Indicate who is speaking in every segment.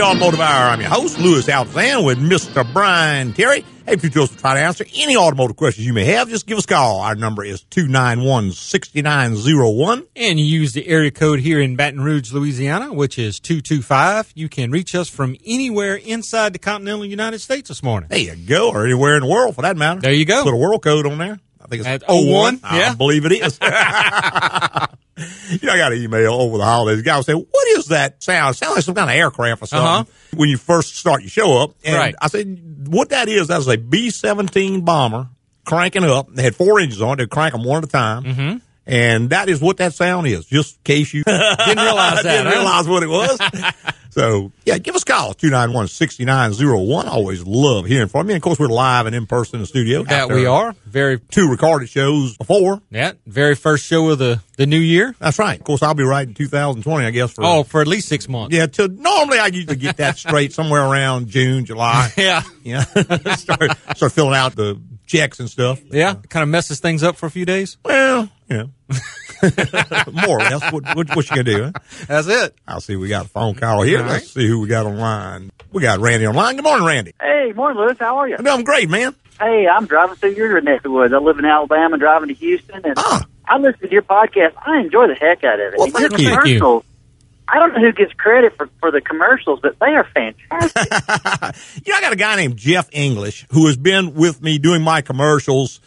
Speaker 1: Automotive Hour. I'm your host, Lewis Alexander, with Mr. Brian Terry. Hey, if you chose to try to answer any automotive questions you may have, just give us a call. Our number is 291-6901.
Speaker 2: And you use the area code here in Baton Rouge, Louisiana, which is 225. You can reach us from anywhere inside the continental United States this morning.
Speaker 1: There you go, or anywhere in the world for that matter.
Speaker 2: There you go.
Speaker 1: Put a world code on there. I think it's oh
Speaker 2: At 01,
Speaker 1: I
Speaker 2: yeah.
Speaker 1: believe it is. you know, I got an email over the holidays. The guy was saying, what is that sound? It sounds like some kind of aircraft or something when you first start your show up. And
Speaker 2: Uh-huh. Right.
Speaker 1: I said, what that is, that is a B-17 bomber cranking up. They had four engines on it. They crank them one at a time. Mm-hmm. And that is what that sound is, just in case you
Speaker 2: Didn't realize that.
Speaker 1: I didn't
Speaker 2: huh?
Speaker 1: realize what it was. so, yeah, give us a call, 291 6901. Always love hearing from you. And of course, we're live and in person in the studio.
Speaker 2: that
Speaker 1: After
Speaker 2: we are. Very,
Speaker 1: Two recorded shows before.
Speaker 2: yeah, very first show of the, the new year.
Speaker 1: That's right. Of course, I'll be right in 2020, I guess. For,
Speaker 2: Oh, for at least six months.
Speaker 1: Yeah, till, normally I usually get that straight somewhere around June, July.
Speaker 2: Yeah.
Speaker 1: Yeah. start, start filling out the checks and stuff.
Speaker 2: Yeah. Kind of messes things up for a few days.
Speaker 1: Well, yeah. More or less. What, what, what you going to do, huh?
Speaker 2: That's it.
Speaker 1: I'll see. We got a phone call here.
Speaker 2: All right.
Speaker 1: Let's see who we got online. We got Randy online. Good morning, Randy.
Speaker 3: Hey, morning, Lewis. How are you?
Speaker 1: I'm doing great, man.
Speaker 3: Hey, I'm driving through your neck of the woods. I live in Alabama, driving to Houston, and
Speaker 1: Ah.
Speaker 3: I listen to your podcast. I enjoy the heck out of it.
Speaker 1: Well,
Speaker 3: And your
Speaker 1: thank you.
Speaker 2: Thank you.
Speaker 3: commercials, I don't know who gets credit for, for the commercials, but they are fantastic.
Speaker 1: You know, I got a guy named Jeff English who has been with me doing my commercials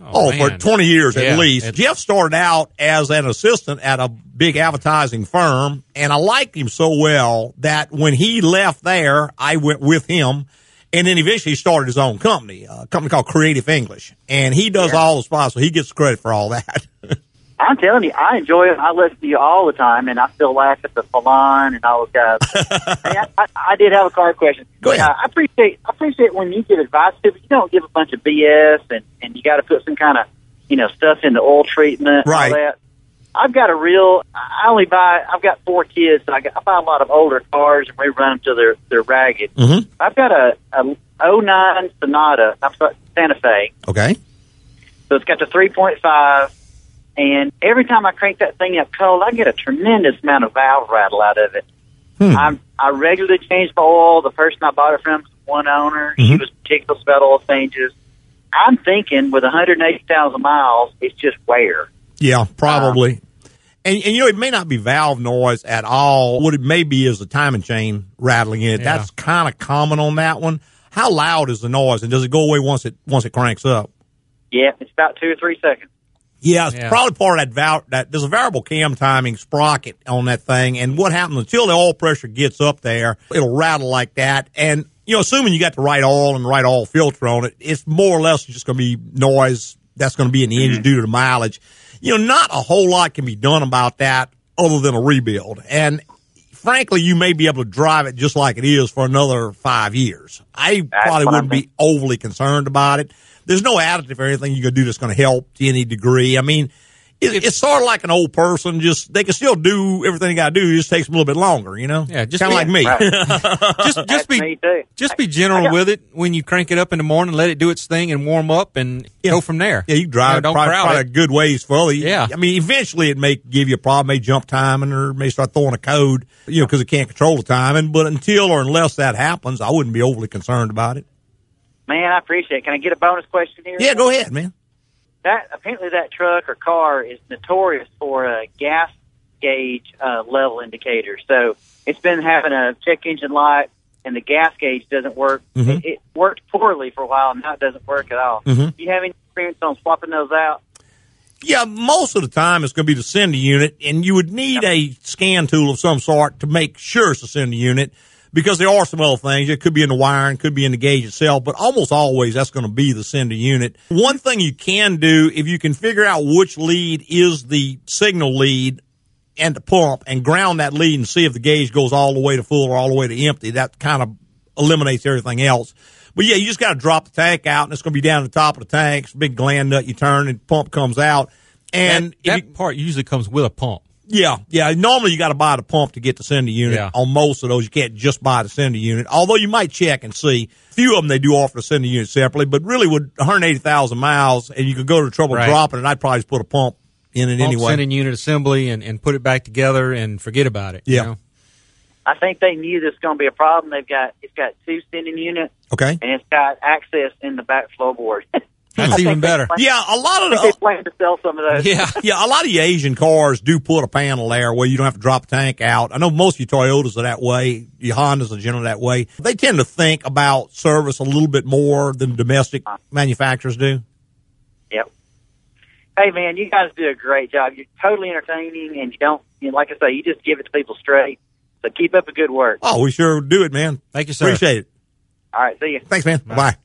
Speaker 1: oh, for
Speaker 2: man.
Speaker 1: 20 years
Speaker 2: Yeah,
Speaker 1: at least.
Speaker 2: it's-
Speaker 1: Jeff started out as an assistant at a big advertising firm, and I liked him so well that when he left there, I went with him. And then eventually he started his own company, a company called Creative English. And he does all the spots, so he gets credit for all that.
Speaker 3: I'm telling you, I enjoy it. I listen to you all the time, and I still laugh at the salon and all those guys. hey, I, I, I did have a car question.
Speaker 1: Go ahead.
Speaker 3: Uh, I appreciate I appreciate when you give advice to, but you don't give a bunch of BS, and and you got to put some kind of you know stuff in the oil treatment, and all
Speaker 1: Right.
Speaker 3: that. I've got a real. I only buy. I've got four kids, and I, got, I buy a lot of older cars, and we run them till they're they're ragged.
Speaker 1: Mhm.
Speaker 3: I've got a, a 09 Sonata. I'm sorry, Santa Fe.
Speaker 1: okay.
Speaker 3: So it's got the 3.5, and every time I crank that thing up cold, I get a tremendous amount of valve rattle out of it.
Speaker 2: Hmm.
Speaker 3: I'm, I regularly change my oil. The person I bought it from was one owner. He
Speaker 2: Mm-hmm.
Speaker 1: Mhm.
Speaker 3: was meticulous about oil changes. I'm thinking with 180,000 miles, it's just wear.
Speaker 1: Yeah, probably. Ah. and, and you know, it may not be valve noise at all. What it may be is the timing chain rattling in it.
Speaker 2: Yeah.
Speaker 1: That's kind of common on that one. How loud is the noise, and does it go away once it once it cranks up?
Speaker 3: Yeah, it's about two or three seconds.
Speaker 1: Yeah, it's
Speaker 2: Yeah.
Speaker 1: probably part of that valve. That there's a variable cam timing sprocket on that thing, and what happens until the oil pressure gets up there, it'll rattle like that. And you know, assuming you got the right oil and the right oil filter on it, it's more or less just going to be noise that's going to be in the
Speaker 3: Mm-hmm.
Speaker 1: engine due to the mileage. You know, not a whole lot can be done about that other than a rebuild. And frankly, you may be able to drive it just like it is for another five years. I probably
Speaker 3: what I
Speaker 1: wouldn't be overly concerned about it. There's no additive or anything you can do that's going to help to any degree. I mean, it, it's sort of like an old person. Just they can still do everything they got to do. It just takes them a little bit longer, you know.
Speaker 2: Yeah, just
Speaker 1: kind of
Speaker 2: be-
Speaker 1: like me.
Speaker 2: Just, just
Speaker 3: That's
Speaker 2: be,
Speaker 3: me too.
Speaker 2: just be general with it when you crank it up in the morning. Let it do its thing and warm up and go from there.
Speaker 1: Yeah, you can drive
Speaker 2: No,
Speaker 1: it
Speaker 2: don't
Speaker 1: probably,
Speaker 2: crowd
Speaker 1: probably
Speaker 2: it.
Speaker 1: a good ways fully.
Speaker 2: Yeah.
Speaker 1: I mean, eventually it may give you a problem, may jump timing or may start throwing a code, you know, because it can't control the timing. But until or unless that happens, I wouldn't be overly concerned about it.
Speaker 3: Man, I appreciate it. Can I get a bonus question here?
Speaker 1: Yeah, go ahead, man.
Speaker 3: That apparently that truck or car is notorious for a gas gauge uh, level indicator. So it's been having a check engine light, and the gas gauge doesn't work. It, it worked poorly for a while, and now it doesn't work at all. Do you have any experience on swapping those out?
Speaker 1: Yeah, most of the time it's going to be the sender unit, and you would need a scan tool of some sort to make sure it's the sender unit because there are some other things. It could be in the wiring, could be in the gauge itself, but almost always that's going to be the sender unit. One thing you can do if you can figure out which lead is the signal lead and the pump and ground that lead and see if the gauge goes all the way to full or all the way to empty. That kind of eliminates everything else. But yeah, you just got to drop the tank out and it's going to be down at the top of the tank. It's a big gland nut you turn and pump comes out. And
Speaker 2: And
Speaker 1: if
Speaker 2: that
Speaker 1: you-
Speaker 2: part usually comes with a pump.
Speaker 1: yeah, yeah. Normally you got to buy the pump to get the sender unit.
Speaker 2: Yeah.
Speaker 1: On most of those, you can't just buy the sender unit. Although you might check and see. A few of them they do offer the sender unit separately, but really with 180,000 miles and you could go to the trouble of
Speaker 2: Right.
Speaker 1: dropping it, I'd probably just put a pump in it
Speaker 2: Pump
Speaker 1: anyway.
Speaker 2: sending unit assembly and, and put it back together and forget about it. you
Speaker 1: Yeah.
Speaker 2: know?
Speaker 3: I think they knew this was going to be a problem. They've got it's got two sending units
Speaker 1: Okay.
Speaker 3: and it's got access in the back floorboard.
Speaker 2: That's
Speaker 3: I think
Speaker 2: even
Speaker 3: they
Speaker 2: better.
Speaker 3: plan-
Speaker 1: Yeah, a lot of
Speaker 3: I think
Speaker 1: the,
Speaker 3: they plan to sell some of those.
Speaker 2: Yeah.
Speaker 1: yeah, a lot of your Asian cars do put a panel there where you don't have to drop a tank out. I know most of your Toyotas are that way. Your Hondas are generally that way. They tend to think about service a little bit more than domestic manufacturers do.
Speaker 3: Yep. Hey man, you guys do a great job. You're totally entertaining, and you don't you know, like I say, you just give it to people straight. So keep up the good work.
Speaker 1: Oh, we sure do it, man.
Speaker 2: Thank you, sir.
Speaker 1: Appreciate it.
Speaker 3: All right, see you.
Speaker 1: Thanks, man. Bye. Bye.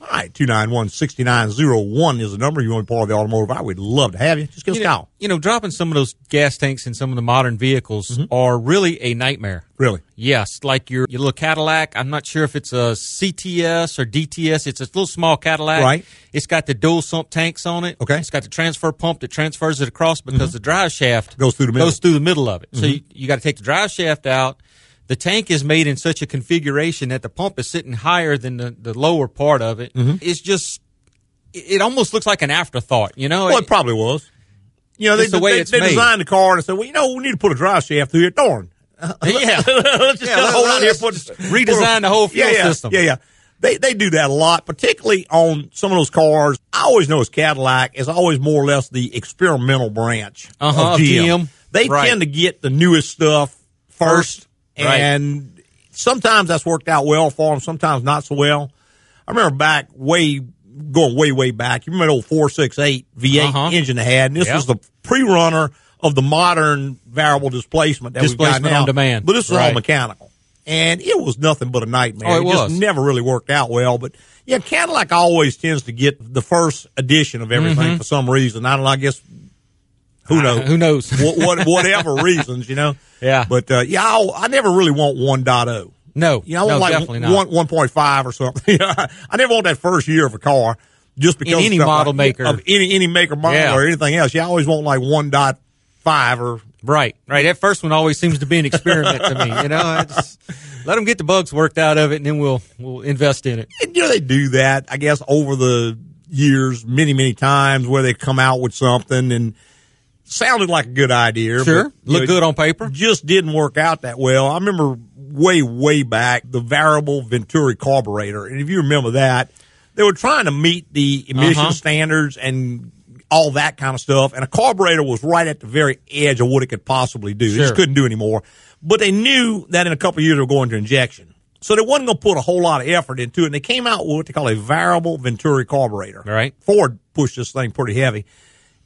Speaker 1: All right, 291-6901 is the number. You want to be part of the automotive, I would love to have you. Just give us
Speaker 2: You
Speaker 1: a
Speaker 2: know,
Speaker 1: call.
Speaker 2: you know, dropping some of those gas tanks in some of the modern vehicles
Speaker 1: Mm-hmm.
Speaker 2: are really a nightmare.
Speaker 1: Really.
Speaker 2: Yes, like your, your little Cadillac. I'm not sure if it's a CTS or DTS. It's a little small Cadillac.
Speaker 1: Right.
Speaker 2: It's got the dual sump tanks on it.
Speaker 1: Okay. Mm-hmm.
Speaker 2: It's got the transfer pump that transfers it across because the drive shaft
Speaker 1: Goes through the middle. Mm-hmm.
Speaker 2: goes through the middle of it. So you, you got to take the drive shaft out. The tank is made in such a configuration that the pump is sitting higher than the, the lower part of it.
Speaker 1: Mm-hmm.
Speaker 2: It's just, it it almost looks like an afterthought, you know?
Speaker 1: Well, it probably was. You know, they,
Speaker 2: It's the way
Speaker 1: they,
Speaker 2: it's
Speaker 1: they
Speaker 2: made.
Speaker 1: designed the car and said, well, you know, we need to put a drive shaft through here. Darn.
Speaker 2: yeah.
Speaker 1: let's just
Speaker 2: Yeah,
Speaker 1: cut a
Speaker 2: let-
Speaker 1: hole out here.
Speaker 2: let's
Speaker 1: Put,
Speaker 2: just redesign the whole fuel
Speaker 1: yeah, yeah,
Speaker 2: system.
Speaker 1: Yeah, yeah. They, they do that a lot, particularly on some of those cars. I always know it's Cadillac is always more or less the experimental branch
Speaker 2: Uh-huh,
Speaker 1: of
Speaker 2: of
Speaker 1: GM.
Speaker 2: GM.
Speaker 1: They
Speaker 2: Right.
Speaker 1: tend to get the newest stuff first,
Speaker 2: First, right.
Speaker 1: and sometimes that's worked out well for them, sometimes not so well. I remember back way going way way back. You remember the old four six eight V eight
Speaker 2: Uh-huh.
Speaker 1: engine they had, and this
Speaker 2: Yeah.
Speaker 1: was the pre runner of the modern variable displacement that
Speaker 2: Displacement
Speaker 1: we've got now.
Speaker 2: on demand.
Speaker 1: But this was all
Speaker 2: Right.
Speaker 1: mechanical, and it was nothing but a nightmare.
Speaker 2: Oh, it was.
Speaker 1: just never really worked out well. But yeah, Cadillac always tends to get the first edition of everything for some reason. I don't. know, I guess who knows?
Speaker 2: Mm-hmm. Who knows?
Speaker 1: what, what, whatever reasons, you know.
Speaker 2: Yeah.
Speaker 1: But uh, yeah, I'll, I never really want 1.0.
Speaker 2: No,
Speaker 1: You know, I
Speaker 2: no,
Speaker 1: want like
Speaker 2: definitely not.
Speaker 1: one one point five or something. I never want that first year of a car just because
Speaker 2: any
Speaker 1: of stuff
Speaker 2: model
Speaker 1: like-
Speaker 2: maker.
Speaker 1: of any any maker model
Speaker 2: Yeah.
Speaker 1: or anything else. Yeah, I always want like one point five or
Speaker 2: Right, right. That first one always seems to be an experiment to me. You know, I just let them get the bugs worked out of it, and then we'll we'll invest in it.
Speaker 1: and, you know they do that i guess over the years many many times where they come out with something and sounded like a good idea
Speaker 2: Sure,
Speaker 1: but, you
Speaker 2: look
Speaker 1: know,
Speaker 2: good on paper.
Speaker 1: just didn't work out that well i remember way way back the variable venturi carburetor and if you remember that they were trying to meet the emission
Speaker 2: Uh-huh.
Speaker 1: standards and all that kind of stuff and a carburetor was right at the very edge of what it could possibly do it
Speaker 2: Sure.
Speaker 1: just couldn't do anymore but they knew that in a couple of years they were going to injection so they wasn't going to put a whole lot of effort into it and they came out with what they call a variable venturi carburetor
Speaker 2: All right.
Speaker 1: ford pushed this thing pretty heavy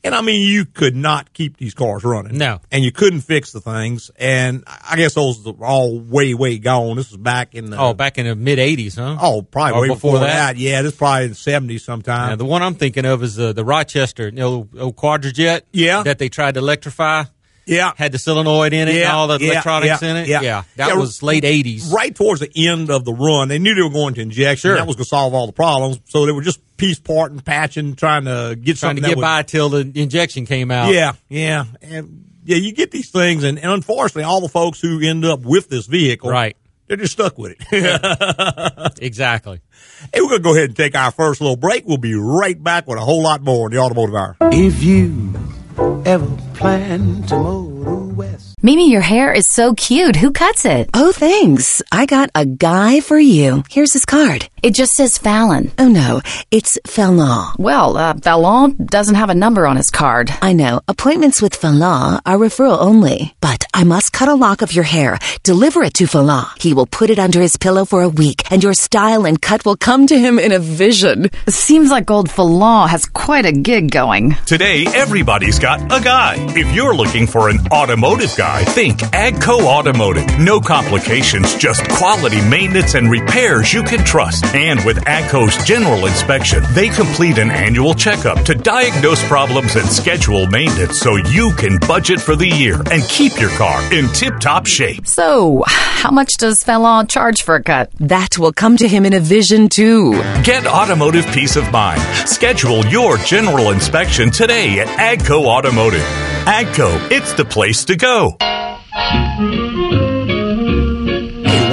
Speaker 1: and i mean you could not keep these cars running
Speaker 2: No.
Speaker 1: and you couldn't fix the things and i guess those are all way way gone this was back in the
Speaker 2: Oh, back in the mid '80s, huh?
Speaker 1: Oh, probably
Speaker 2: Or
Speaker 1: way before,
Speaker 2: before
Speaker 1: that.
Speaker 2: that?
Speaker 1: Yeah, this is probably in the seventies sometime.
Speaker 2: Now, the one I'm thinking of is the the Rochester, you know, old Quadrajet.
Speaker 1: Yeah.
Speaker 2: that they tried to electrify.
Speaker 1: yeah,
Speaker 2: Had the solenoid in it
Speaker 1: Yeah,
Speaker 2: and all the
Speaker 1: yeah,
Speaker 2: electronics
Speaker 1: yeah,
Speaker 2: in it.
Speaker 1: yeah.
Speaker 2: that
Speaker 1: Yeah,
Speaker 2: was late '80s.
Speaker 1: right towards the end of the run, they knew they were going to injection.
Speaker 2: Sure.
Speaker 1: That was going to solve all the problems. So they were just piece parting, patching, trying to get
Speaker 2: trying
Speaker 1: something
Speaker 2: to
Speaker 1: that
Speaker 2: get
Speaker 1: would-
Speaker 2: by till the injection came out.
Speaker 1: Yeah, yeah, and yeah. You get these things, and, and unfortunately, all the folks who end up with this vehicle,
Speaker 2: Right.
Speaker 1: They're just stuck with it. hey,
Speaker 2: exactly.
Speaker 1: we're gonna go ahead and take our first little break. We'll be right back with a whole lot more in the automotive hour.
Speaker 4: If you ever plan to motor west.
Speaker 5: Mimi, your hair is so cute. Who cuts it?
Speaker 6: Oh, thanks. I got a guy for you. Here's his card.
Speaker 5: It just says Fallon.
Speaker 6: Oh, no. It's Fallon.
Speaker 5: Well, uh, Fallon doesn't have a number on his card.
Speaker 6: I know. Appointments with Fallon are referral only. But I must cut a lock of your hair. Deliver it to Fallon. He will put it under his pillow for a week, and your style and cut will come to him in a vision.
Speaker 5: Seems like old Fallon has quite a gig going.
Speaker 7: Today, everybody's got a guy. If you're looking for an automotive guy, think Agco Automotive. No complications, just quality maintenance and repairs you can trust. And with Agco's general inspection, they complete an annual checkup to diagnose problems and schedule maintenance so you can budget for the year and keep your car in tip top shape.
Speaker 5: So, how much does Fallon charge for a cut?
Speaker 6: That will come to him in a vision, too.
Speaker 7: Get automotive peace of mind. Schedule your general inspection today at Agco Automotive. Agco, it's the place to go.
Speaker 1: Hey,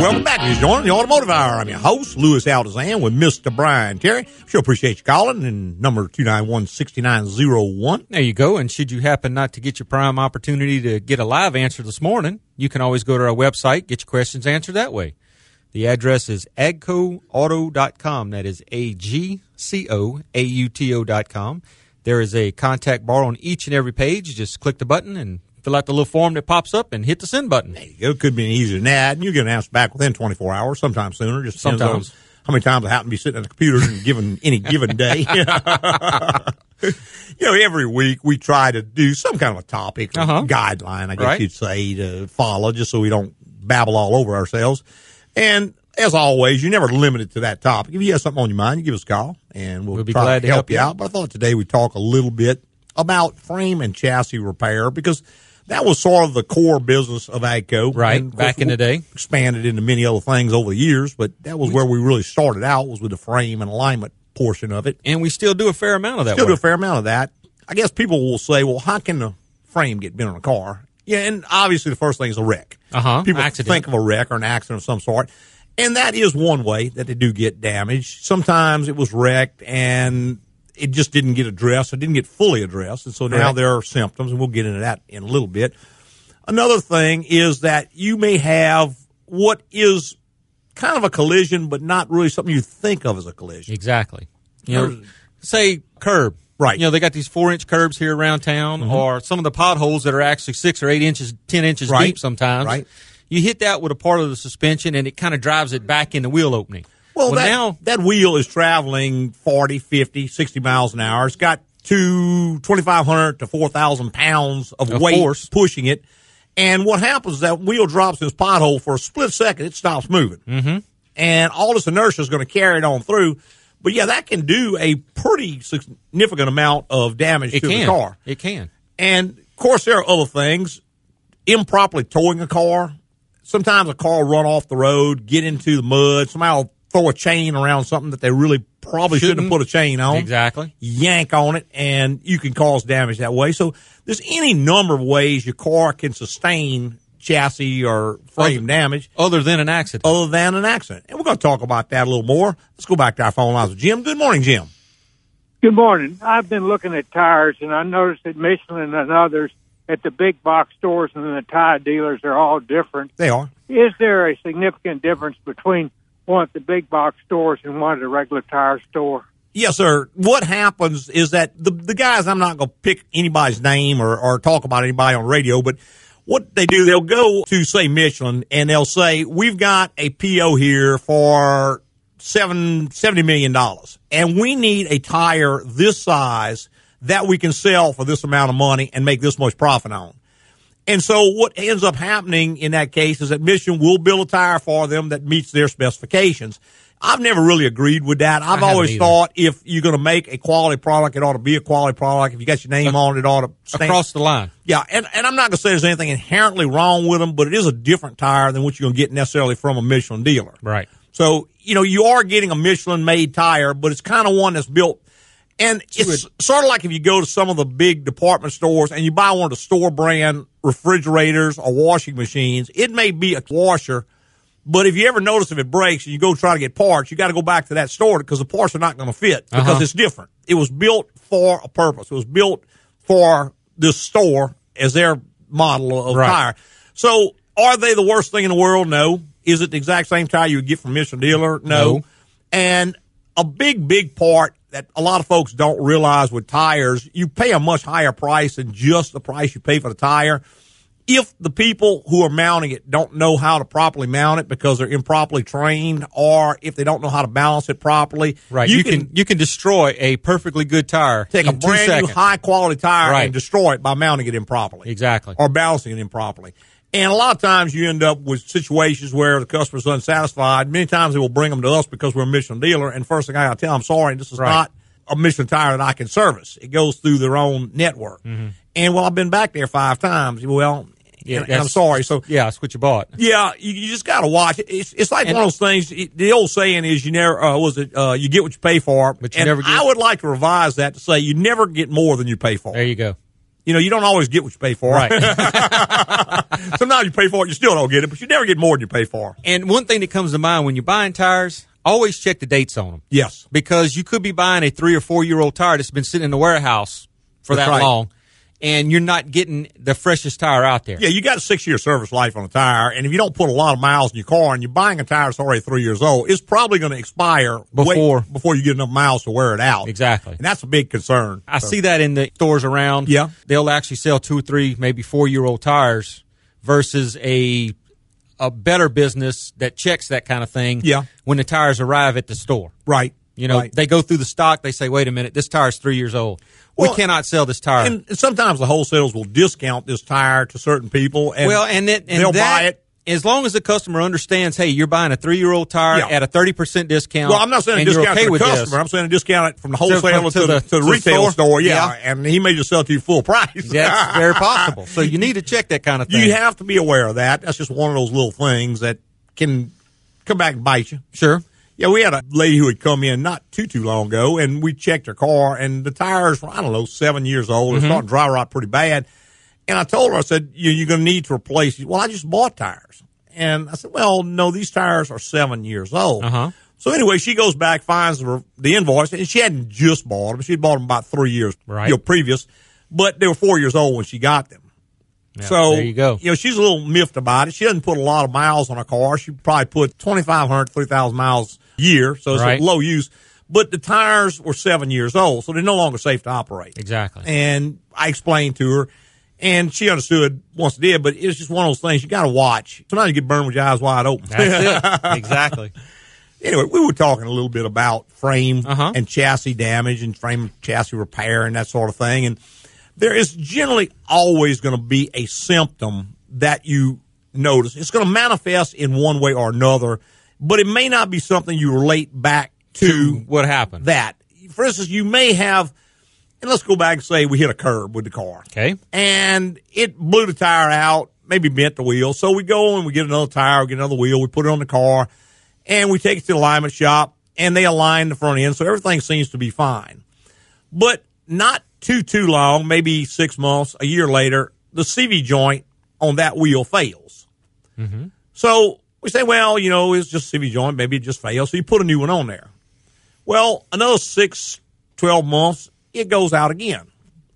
Speaker 1: welcome back He's joining the Automotive Hour. I'm your host, Louis Aldezan, with Mr. Brian Terry. Sure appreciate you calling. And number 291-6901.
Speaker 2: There you go. And should you happen not to get your prime opportunity to get a live answer this morning, you can always go to our website, get your questions answered that way. The address is agcoauto.com. That is A G C O A U T O dot com. There is a contact bar on each and every page. Just click the button and fill out the little form that pops up and hit the send button.
Speaker 1: It could be easier than that. And you get an answer back within 24 hours, sometimes sooner. Just depends on
Speaker 2: Sometimes.
Speaker 1: How many times I happen to be sitting at the computer and given any given day. you know, every week we try to do some kind of a topic, or
Speaker 2: Uh-huh.
Speaker 1: guideline, I guess
Speaker 2: Right.
Speaker 1: you'd say, to follow, just so we don't babble all over ourselves. And as always, you're never limited to that topic. If you have something on your mind, you give us a call, and we'll,
Speaker 2: We'll be
Speaker 1: try
Speaker 2: glad to help
Speaker 1: you
Speaker 2: you.
Speaker 1: out. But I thought today we'd talk a little bit about frame and chassis repair because that was sort of the core business of AGCO.
Speaker 2: Right,
Speaker 1: of
Speaker 2: back in the
Speaker 1: we'll
Speaker 2: day.
Speaker 1: Expanded into many other things over the years, but that was where we really started out was with the frame and alignment portion of it.
Speaker 2: And we still do a fair amount of that
Speaker 1: Still do a
Speaker 2: work.
Speaker 1: fair amount of that. I guess people will say, well, how can the frame get bent on a car? Yeah, and obviously the first thing is a wreck.
Speaker 2: Uh-huh,
Speaker 1: People
Speaker 2: accident.
Speaker 1: think of a wreck or an accident of some sort. And that is one way that they do get damaged. Sometimes it was wrecked and it just didn't get addressed. It didn't get fully addressed. And so now
Speaker 2: Right.
Speaker 1: there are symptoms, and we'll get into that in a little bit. Another thing is that you may have what is kind of a collision, but not really something you think of as a collision.
Speaker 2: Exactly. You know, say curb.
Speaker 1: Right. Mm-hmm.
Speaker 2: You know, they got these four inch curbs here around town or some of the potholes that are actually six or eight inches, 10 inches
Speaker 1: Right.
Speaker 2: deep sometimes.
Speaker 1: Right.
Speaker 2: You hit that with a part of the suspension and it kind of drives it back in the wheel opening.
Speaker 1: Well, that,
Speaker 2: now,
Speaker 1: that wheel is traveling 40, 50, 60 miles an hour. It's got two, 2,500 to 4,000 pounds of,
Speaker 2: Of
Speaker 1: weight
Speaker 2: force.
Speaker 1: pushing it. And what happens is that wheel drops in this pothole for a split second. It stops moving. Mm-hmm. And all this inertia is going to carry it on through. But yeah, that can do a pretty significant amount of damage
Speaker 2: it
Speaker 1: to the
Speaker 2: can.
Speaker 1: car.
Speaker 2: It can.
Speaker 1: And of course, there are other things. Improperly towing a car. Sometimes a car will run off the road, get into the mud. Somebody will throw a chain around something that they really probably shouldn't, have
Speaker 2: Shouldn't.
Speaker 1: put a chain on.
Speaker 2: Exactly.
Speaker 1: Yank on it, and you can cause damage that way. So there's any number of ways your car can sustain chassis or frame
Speaker 2: Other-
Speaker 1: damage
Speaker 2: Other than an accident.
Speaker 1: other than an accident. And we're going to talk about that a little more. Let's go back to our phone lines with Jim. Good morning, Jim.
Speaker 8: Good morning. I've been looking at tires, and I noticed that Michelin and others at the big box stores and the tire dealers are all different.
Speaker 1: They are.
Speaker 8: Is there a significant difference between one at the big box stores and one at the regular tire store?
Speaker 1: Yes, sir. What happens is that the the guys I'm not going to pick anybody's name or, or talk about anybody on radio, but what they do, they'll go to say Michelin and they'll say we've got a PO here for seven seventy million dollars, and we need a tire this size that we can sell for this amount of money and make this much profit on. And so what ends up happening in that case is that Mission will build a tire for them that meets their specifications. I've never really agreed with that. I've
Speaker 2: haven't
Speaker 1: always
Speaker 2: either.
Speaker 1: thought if you're going to make a quality product, it ought to be a quality product. If you got your name on it, it ought to stand.
Speaker 2: Across the line.
Speaker 1: Yeah, and, and I'm not going to say there's anything inherently wrong with them, but it is a different tire than what you're going to get necessarily from a Michelin dealer.
Speaker 2: Right.
Speaker 1: So, you know, you are getting a Michelin made tire, but it's kind of one that's built. And it's sort of like if you go to some of the big department stores and you buy one of the store brand refrigerators or washing machines, it may be a washer, but if you ever notice if it breaks and you go try to get parts, you got to go back to that store because the parts are not going to fit because
Speaker 2: Uh-huh.
Speaker 1: it's different. It was built for a purpose. It was built for this store as their model of
Speaker 2: Right.
Speaker 1: tire. So are they the worst thing in the world? No. Is it the exact same tire you would get from Michelin dealer? No.
Speaker 2: No.
Speaker 1: And a big, big part that a lot of folks don't realize with tires, you pay a much higher price than just the price you pay for the tire. If the people who are mounting it don't know how to properly mount it because they're improperly trained, or if they don't know how to balance it properly,
Speaker 2: Right. You, can, you can destroy a perfectly good tire
Speaker 1: take
Speaker 2: in
Speaker 1: a
Speaker 2: two
Speaker 1: brand new
Speaker 2: seconds.
Speaker 1: high quality tire
Speaker 2: Right.
Speaker 1: and destroy it by mounting it improperly.
Speaker 2: Exactly.
Speaker 1: Or balancing it improperly. And a lot of times you end up with situations where the customer's unsatisfied. Many times they will bring them to us because we're a Michelin dealer. And first thing I got to tell them, sorry, this is
Speaker 2: Right.
Speaker 1: not a Michelin tire that I can service. It goes through their own network. And well, I've been back there five times. Well,
Speaker 2: Mm-hmm. Yeah,
Speaker 1: and- and I'm
Speaker 2: that's-
Speaker 1: sorry. So
Speaker 2: Yeah, that's what you bought.
Speaker 1: yeah, you, you just got to watch it. It's, it's like
Speaker 2: And-
Speaker 1: one of those things. The old saying is, "You never uh, was it. Uh, you get what you pay for."
Speaker 2: But you
Speaker 1: And
Speaker 2: never get-
Speaker 1: I would like to revise that to say, "You never get more than you pay for."
Speaker 2: There you go.
Speaker 1: You know, you don't always get what you pay for.
Speaker 2: Right.
Speaker 1: Sometimes you pay for it, you still don't get it, but you never get more than you pay for.
Speaker 2: and one thing that comes to mind when you're buying tires, always check the dates on them.
Speaker 1: Yes.
Speaker 2: Because you could be buying a three or four year old tire that's been sitting in the warehouse for
Speaker 1: That's
Speaker 2: that
Speaker 1: right.
Speaker 2: long, and you're not getting the freshest tire out there.
Speaker 1: Yeah, you got a six year service life on a tire, and if you don't put a lot of miles in your car and you're buying a tire that's already three years old, it's probably going to expire way-
Speaker 2: Before.
Speaker 1: before you get enough miles to wear it out.
Speaker 2: Exactly.
Speaker 1: And that's a big concern.
Speaker 2: I
Speaker 1: So-
Speaker 2: see that in the stores around.
Speaker 1: Yeah.
Speaker 2: They'll actually sell two, three, maybe four year old tires versus a a better business that checks that kind of thing
Speaker 1: Yeah.
Speaker 2: when the tires arrive at the store.
Speaker 1: Right.
Speaker 2: You know,
Speaker 1: Right.
Speaker 2: they go through the stock, they say, wait a minute, this tire's three years old.
Speaker 1: Well,
Speaker 2: we cannot sell this tire.
Speaker 1: And sometimes the wholesalers will discount this tire to certain people. And
Speaker 2: well, and, it, and
Speaker 1: they'll
Speaker 2: that-
Speaker 1: buy it.
Speaker 2: As long as the customer understands, hey, you're buying a three year old tire
Speaker 1: Yeah.
Speaker 2: at a 30% discount.
Speaker 1: Well, I'm not saying a
Speaker 2: and you're
Speaker 1: discount
Speaker 2: okay
Speaker 1: to the
Speaker 2: with this.
Speaker 1: customer. I'm saying a discount it from the wholesaler to,
Speaker 2: to
Speaker 1: the,
Speaker 2: the-
Speaker 1: to the
Speaker 2: to the
Speaker 1: retail store.
Speaker 2: store.
Speaker 1: Yeah.
Speaker 2: Yeah.
Speaker 1: and he may just sell it to you full price.
Speaker 2: That's very possible. So you need to check that kind of thing.
Speaker 1: you have to be aware of that. That's just one of those little things that can come back and bite you.
Speaker 2: Sure.
Speaker 1: Yeah, we had a lady who had come in not too too long ago, and we checked her car, and the tires were I don't know seven years old.
Speaker 2: Mm-hmm.
Speaker 1: It's starting to dry rot pretty bad. And I told her, I said, you, "You're going to need to replace." these." Well, I just bought tires, and I said, "Well, no, these tires are seven years old."
Speaker 2: Uh-huh.
Speaker 1: So anyway, she goes back, finds the, the invoice, and she hadn't just bought them; she'd bought them about three years
Speaker 2: Right.
Speaker 1: you know, previous, but they were four years old when she got them. so
Speaker 2: there you go.
Speaker 1: You know, she's a little miffed about it. She doesn't put a lot of miles on her car. She probably put 2,500, 3,000 miles a year, so it's
Speaker 2: Right.
Speaker 1: a low use. But the tires were seven years old, so they're no longer safe to operate.
Speaker 2: Exactly.
Speaker 1: And I explained to her, and she understood once it did, but it's just one of those things you got to watch. Sometimes you get burned with your eyes wide open.
Speaker 2: That's it. Exactly.
Speaker 1: Anyway, we were talking a little bit about frame
Speaker 2: Uh-huh.
Speaker 1: and chassis damage and frame and chassis repair and that sort of thing. And there is generally always going to be a symptom that you notice. It's going to manifest in one way or another, but it may not be something you relate back to,
Speaker 2: what happened?
Speaker 1: that. For instance, you may have, and let's go back and say we hit a curb with the car
Speaker 2: Okay.
Speaker 1: and it blew the tire out, maybe bent the wheel. So we go and we get another tire, we get another wheel, we put it on the car, and we take it to the alignment shop, and they align the front end, so everything seems to be fine. But not too too long, maybe six months, a year later, the CV joint on that wheel fails. So we say, well, you know, it's just CV joint, maybe it just failed. So you put a new one on there. Well, another six, 12 months, it goes out again.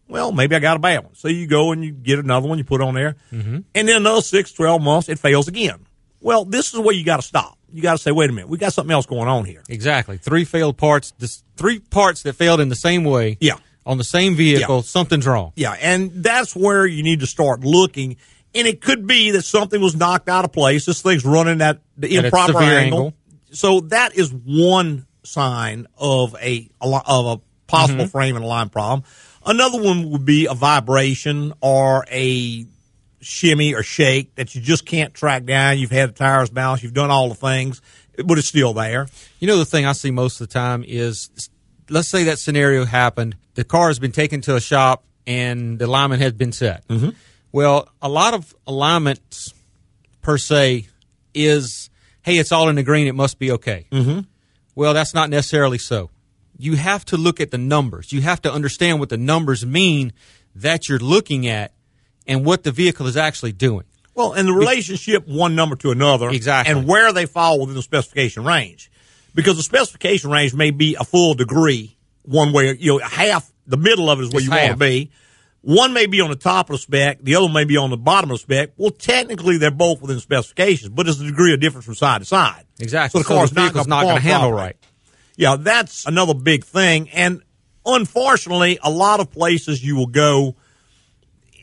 Speaker 1: Well, maybe I got a bad one. So you go and you get another one, you put on there, and then another six, 12 months, it fails again. Well, this is where you got to stop. You got to say, wait a minute, we got something else going on here.
Speaker 2: Exactly. Three failed parts. This, three parts that failed in the same way.
Speaker 1: Yeah.
Speaker 2: On the same vehicle.
Speaker 1: Yeah.
Speaker 2: Something's wrong.
Speaker 1: Yeah, and that's where you need to start looking. And it could be that something was knocked out of place. This thing's running at the
Speaker 2: At a
Speaker 1: improper
Speaker 2: severe
Speaker 1: angle.
Speaker 2: angle.
Speaker 1: So that is one sign of a of a possible
Speaker 2: Mm-hmm.
Speaker 1: frame and line problem. Another one would be a vibration or a shimmy or shake that you just can't track down. You've had the tires balanced, you've done all the things, but it's still there.
Speaker 2: You know, the thing I see most of the time is let's say that scenario happened. The car has been taken to a shop and the alignment has been set. Mm-hmm. Well, a lot of alignments per se is, hey, it's all in the green. It must be okay. Mm-hmm. Well, that's not necessarily so. You have to look at the numbers. You have to understand what the numbers mean that you're looking at and what the vehicle is actually doing.
Speaker 1: Well, and the relationship one number to another,
Speaker 2: Exactly.
Speaker 1: and where they fall within the specification range, because the specification range may be a full degree one way, you know, half the middle of it is where
Speaker 2: It's
Speaker 1: you want to
Speaker 2: half.
Speaker 1: be. One may be on the top of the spec, the other may be on the bottom of the spec. Well, technically they're both within specifications, but it's the degree of difference from side to side.
Speaker 2: Exactly.
Speaker 1: So the car's not
Speaker 2: vehicle's
Speaker 1: gonna
Speaker 2: not going to
Speaker 1: perform
Speaker 2: handle
Speaker 1: properly.
Speaker 2: right.
Speaker 1: Yeah, that's another big thing. And unfortunately, a lot of places you will go,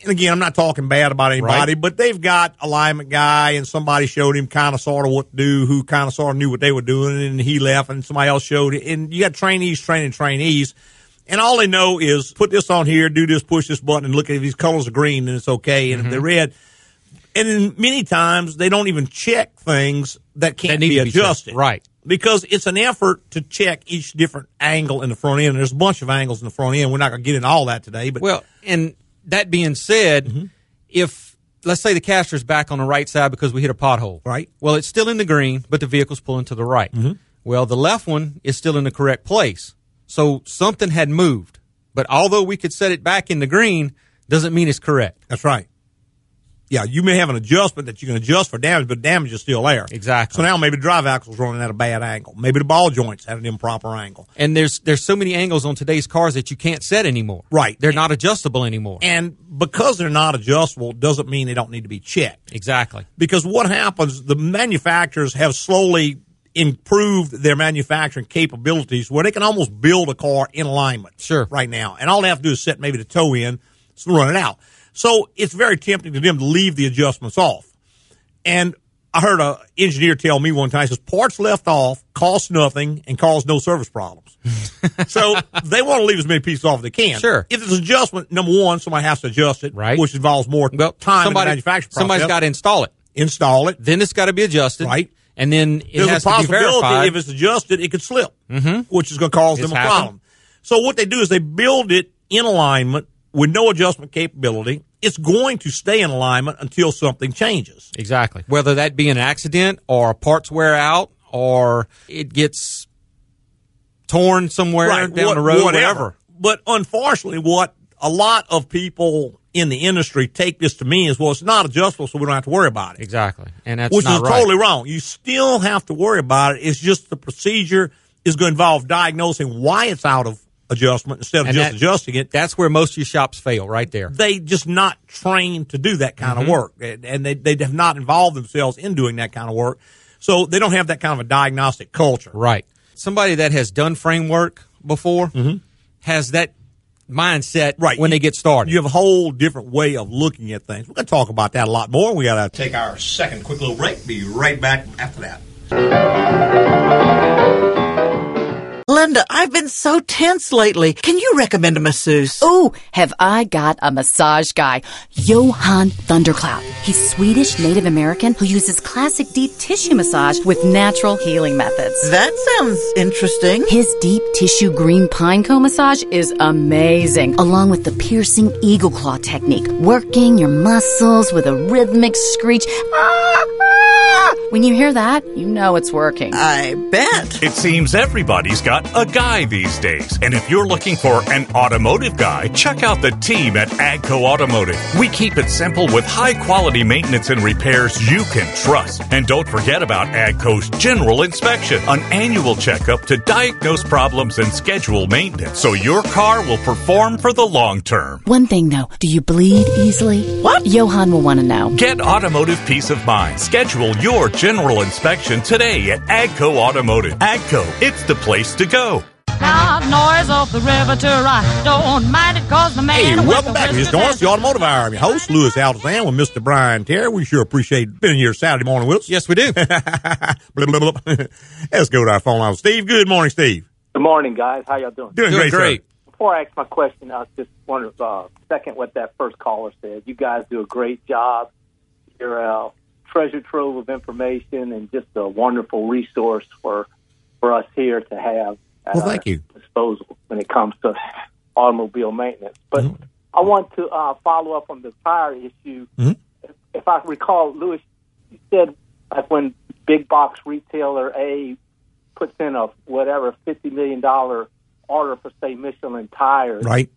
Speaker 1: and again, I'm not talking bad about anybody,
Speaker 2: Right.
Speaker 1: but they've got alignment guy and somebody showed him kind of sort of what to do, who kind of sort of knew what they were doing, and he left and somebody else showed it. And you got trainees training trainees. And all they know is put this on here, do this, push this button, and look at if these colors are green, then it's okay. And if
Speaker 2: Mm-hmm.
Speaker 1: they're red, and then many times they don't even check things that can't
Speaker 2: need
Speaker 1: be
Speaker 2: to be checked,
Speaker 1: adjusted.
Speaker 2: right.
Speaker 1: Because it's an effort to check each different angle in the front end. There's a bunch of angles in the front end. We're not going to get into all that today, but
Speaker 2: Well, and that being said,
Speaker 1: Mm-hmm.
Speaker 2: if let's say the caster's back on the right side because we hit a pothole,
Speaker 1: Right. Mm-hmm.
Speaker 2: Well, it's still in the green, but the vehicle's pulling to the right. Well, the left one is still in the correct place, so something had moved. But although we could set it back in the green, doesn't mean it's correct.
Speaker 1: That's right. Yeah, you may have an adjustment that you can adjust for damage, but damage is still there.
Speaker 2: Exactly.
Speaker 1: So now maybe the drive axle's running at a bad angle. Maybe the ball joint's at an improper angle.
Speaker 2: And there's there's so many angles on today's cars that you can't set anymore.
Speaker 1: Right.
Speaker 2: They're not adjustable anymore.
Speaker 1: And because they're not adjustable doesn't mean they don't need to be checked.
Speaker 2: exactly.
Speaker 1: because what happens the manufacturers have slowly improved their manufacturing capabilities where they can almost build a car in alignment
Speaker 2: Sure.
Speaker 1: right now and all they have to do is set maybe the toe in so run it out so it's very tempting to them to leave the adjustments off and i heard a engineer tell me one time he says parts left off cost nothing and cause no service problems so they want to leave as many pieces off as they can
Speaker 2: Sure.
Speaker 1: if it's an adjustment number one somebody has to adjust it
Speaker 2: Right.
Speaker 1: which involves more
Speaker 2: Well,
Speaker 1: time in
Speaker 2: somebody,
Speaker 1: the manufacturing process
Speaker 2: somebody's got to install it.
Speaker 1: install it
Speaker 2: Then it's got to be adjusted.
Speaker 1: Right.
Speaker 2: And then it
Speaker 1: there's
Speaker 2: has
Speaker 1: a
Speaker 2: to be
Speaker 1: possibility
Speaker 2: verified. Mm-hmm.
Speaker 1: if it's adjusted, it could slip, which is going to cause
Speaker 2: It's
Speaker 1: them a
Speaker 2: happened.
Speaker 1: problem. So what they do is they build it in alignment with no adjustment capability. It's going to stay in alignment until something changes.
Speaker 2: exactly. Whether that be an accident or parts wear out or it gets torn somewhere down
Speaker 1: what-
Speaker 2: the road,
Speaker 1: But unfortunately, what a lot of people in the industry take this to mean is, well, it's not adjustable, so we don't have to worry about it.
Speaker 2: Exactly. And that's
Speaker 1: which
Speaker 2: not
Speaker 1: is
Speaker 2: right.
Speaker 1: totally wrong. You still have to worry about it. It's just the procedure is going to involve diagnosing why it's out of adjustment instead of
Speaker 2: And
Speaker 1: just
Speaker 2: that-
Speaker 1: adjusting it.
Speaker 2: That's where most of your shops fail right there.
Speaker 1: they just not trained to do that
Speaker 2: Mm-hmm.
Speaker 1: kind of work, and and they they have not involved themselves in doing that kind of work, so they don't have that kind of a diagnostic culture.
Speaker 2: Right. Somebody that has done framework before has that mindset
Speaker 1: Mm-hmm. Right.
Speaker 2: when they get started.
Speaker 1: You have a whole different way of looking at things. We're going to talk about that a lot more. We got to take our second quick little break. Be right back after that.
Speaker 6: Linda, I've been so tense lately. Can you recommend a masseuse?
Speaker 5: Ooh, have I got a massage guy, Johan Thundercloud. He's Swedish Native American who uses classic deep tissue massage with natural healing methods.
Speaker 6: That sounds interesting.
Speaker 5: His deep tissue green pine cone massage is amazing, along with the piercing eagle claw technique, working your muscles with a rhythmic screech. Ah, ah. When you hear that, you know it's working.
Speaker 6: I bet.
Speaker 7: It seems everybody's got a guy these days. And if you're looking for an automotive guy, check out the team at Agco Automotive. We keep it simple with high quality maintenance and repairs you can trust. And don't forget about Agco's general inspection, an annual checkup to diagnose problems and schedule maintenance so your car will perform for the long term.
Speaker 5: One thing though, do you bleed easily? What? Johan will want to know.
Speaker 7: Get automotive peace of mind. Schedule your general inspection today at Agco Automotive. Agco, it's the place to go.
Speaker 9: loud noise off the river to right. Don't mind it cause the
Speaker 1: Hey,
Speaker 9: man
Speaker 1: welcome back. It's Doris, the Automotive Hour. I'm your host, Louis Alzan, with Mr. Brian Terry. We sure appreciate being here Saturday morning with us.
Speaker 2: yes, we do.
Speaker 1: Blah, blah, blah. Let's go to our phone line. Steve, good morning, Steve.
Speaker 3: Good morning, guys. How y'all doing?
Speaker 1: Doing,
Speaker 2: Doing
Speaker 1: great, sir.
Speaker 2: great.
Speaker 3: Before I ask my question, I was just wondering, uh, second, what that first caller said. You guys do a great job. You're a treasure trove of information and just a wonderful resource for for us here to have at
Speaker 1: Well,
Speaker 3: our
Speaker 1: thank you.
Speaker 3: disposal when it comes to automobile maintenance. But
Speaker 1: Mm-hmm.
Speaker 3: I want to uh, follow up on the tire issue. If, if I recall, Lewis, you said like when big box retailer A puts in a whatever fifty million dollar order for say Michelin tires.
Speaker 1: Right.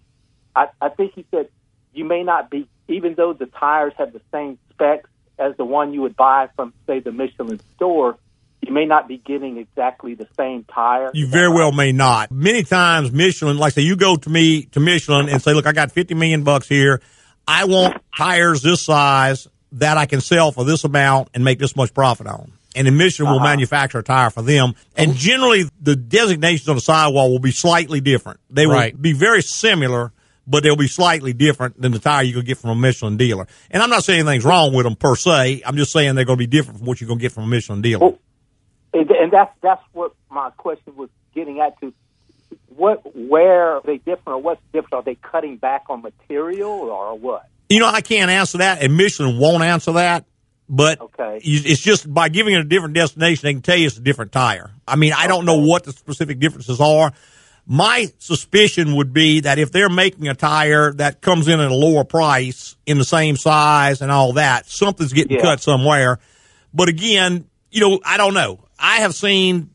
Speaker 3: I, I think he said you may not be even though the tires have the same specs as the one you would buy from say the Michelin store, you may not be getting exactly the same tire.
Speaker 1: You very well may not. Many times Michelin, like say you go to me to Michelin and say, look, I got 50 million bucks here. I want tires this size that I can sell for this amount and make this much profit on. And then Michelin will manufacture a tire for them. And generally the designations on the sidewall will be slightly different. They will
Speaker 2: Right.
Speaker 1: be very similar, but they'll be slightly different than the tire you could get from a Michelin dealer. And I'm not saying anything's wrong with them per se. I'm just saying they're going to be different from what you're going to get from a Michelin dealer.
Speaker 3: Well, And, and that's that's what my question was getting at to what where are they different or what's different? Are they cutting back on material or what?
Speaker 1: You know, I can't answer that, and Michelin won't answer that. But
Speaker 3: Okay.
Speaker 1: you- it's just by giving it a different destination, they can tell you it's a different tire. I mean, I don't know what the specific differences are. My suspicion would be that if they're making a tire that comes in at a lower price, in the same size, and all that, something's getting
Speaker 3: Yeah.
Speaker 1: cut somewhere. But again, you know, I don't know. I have seen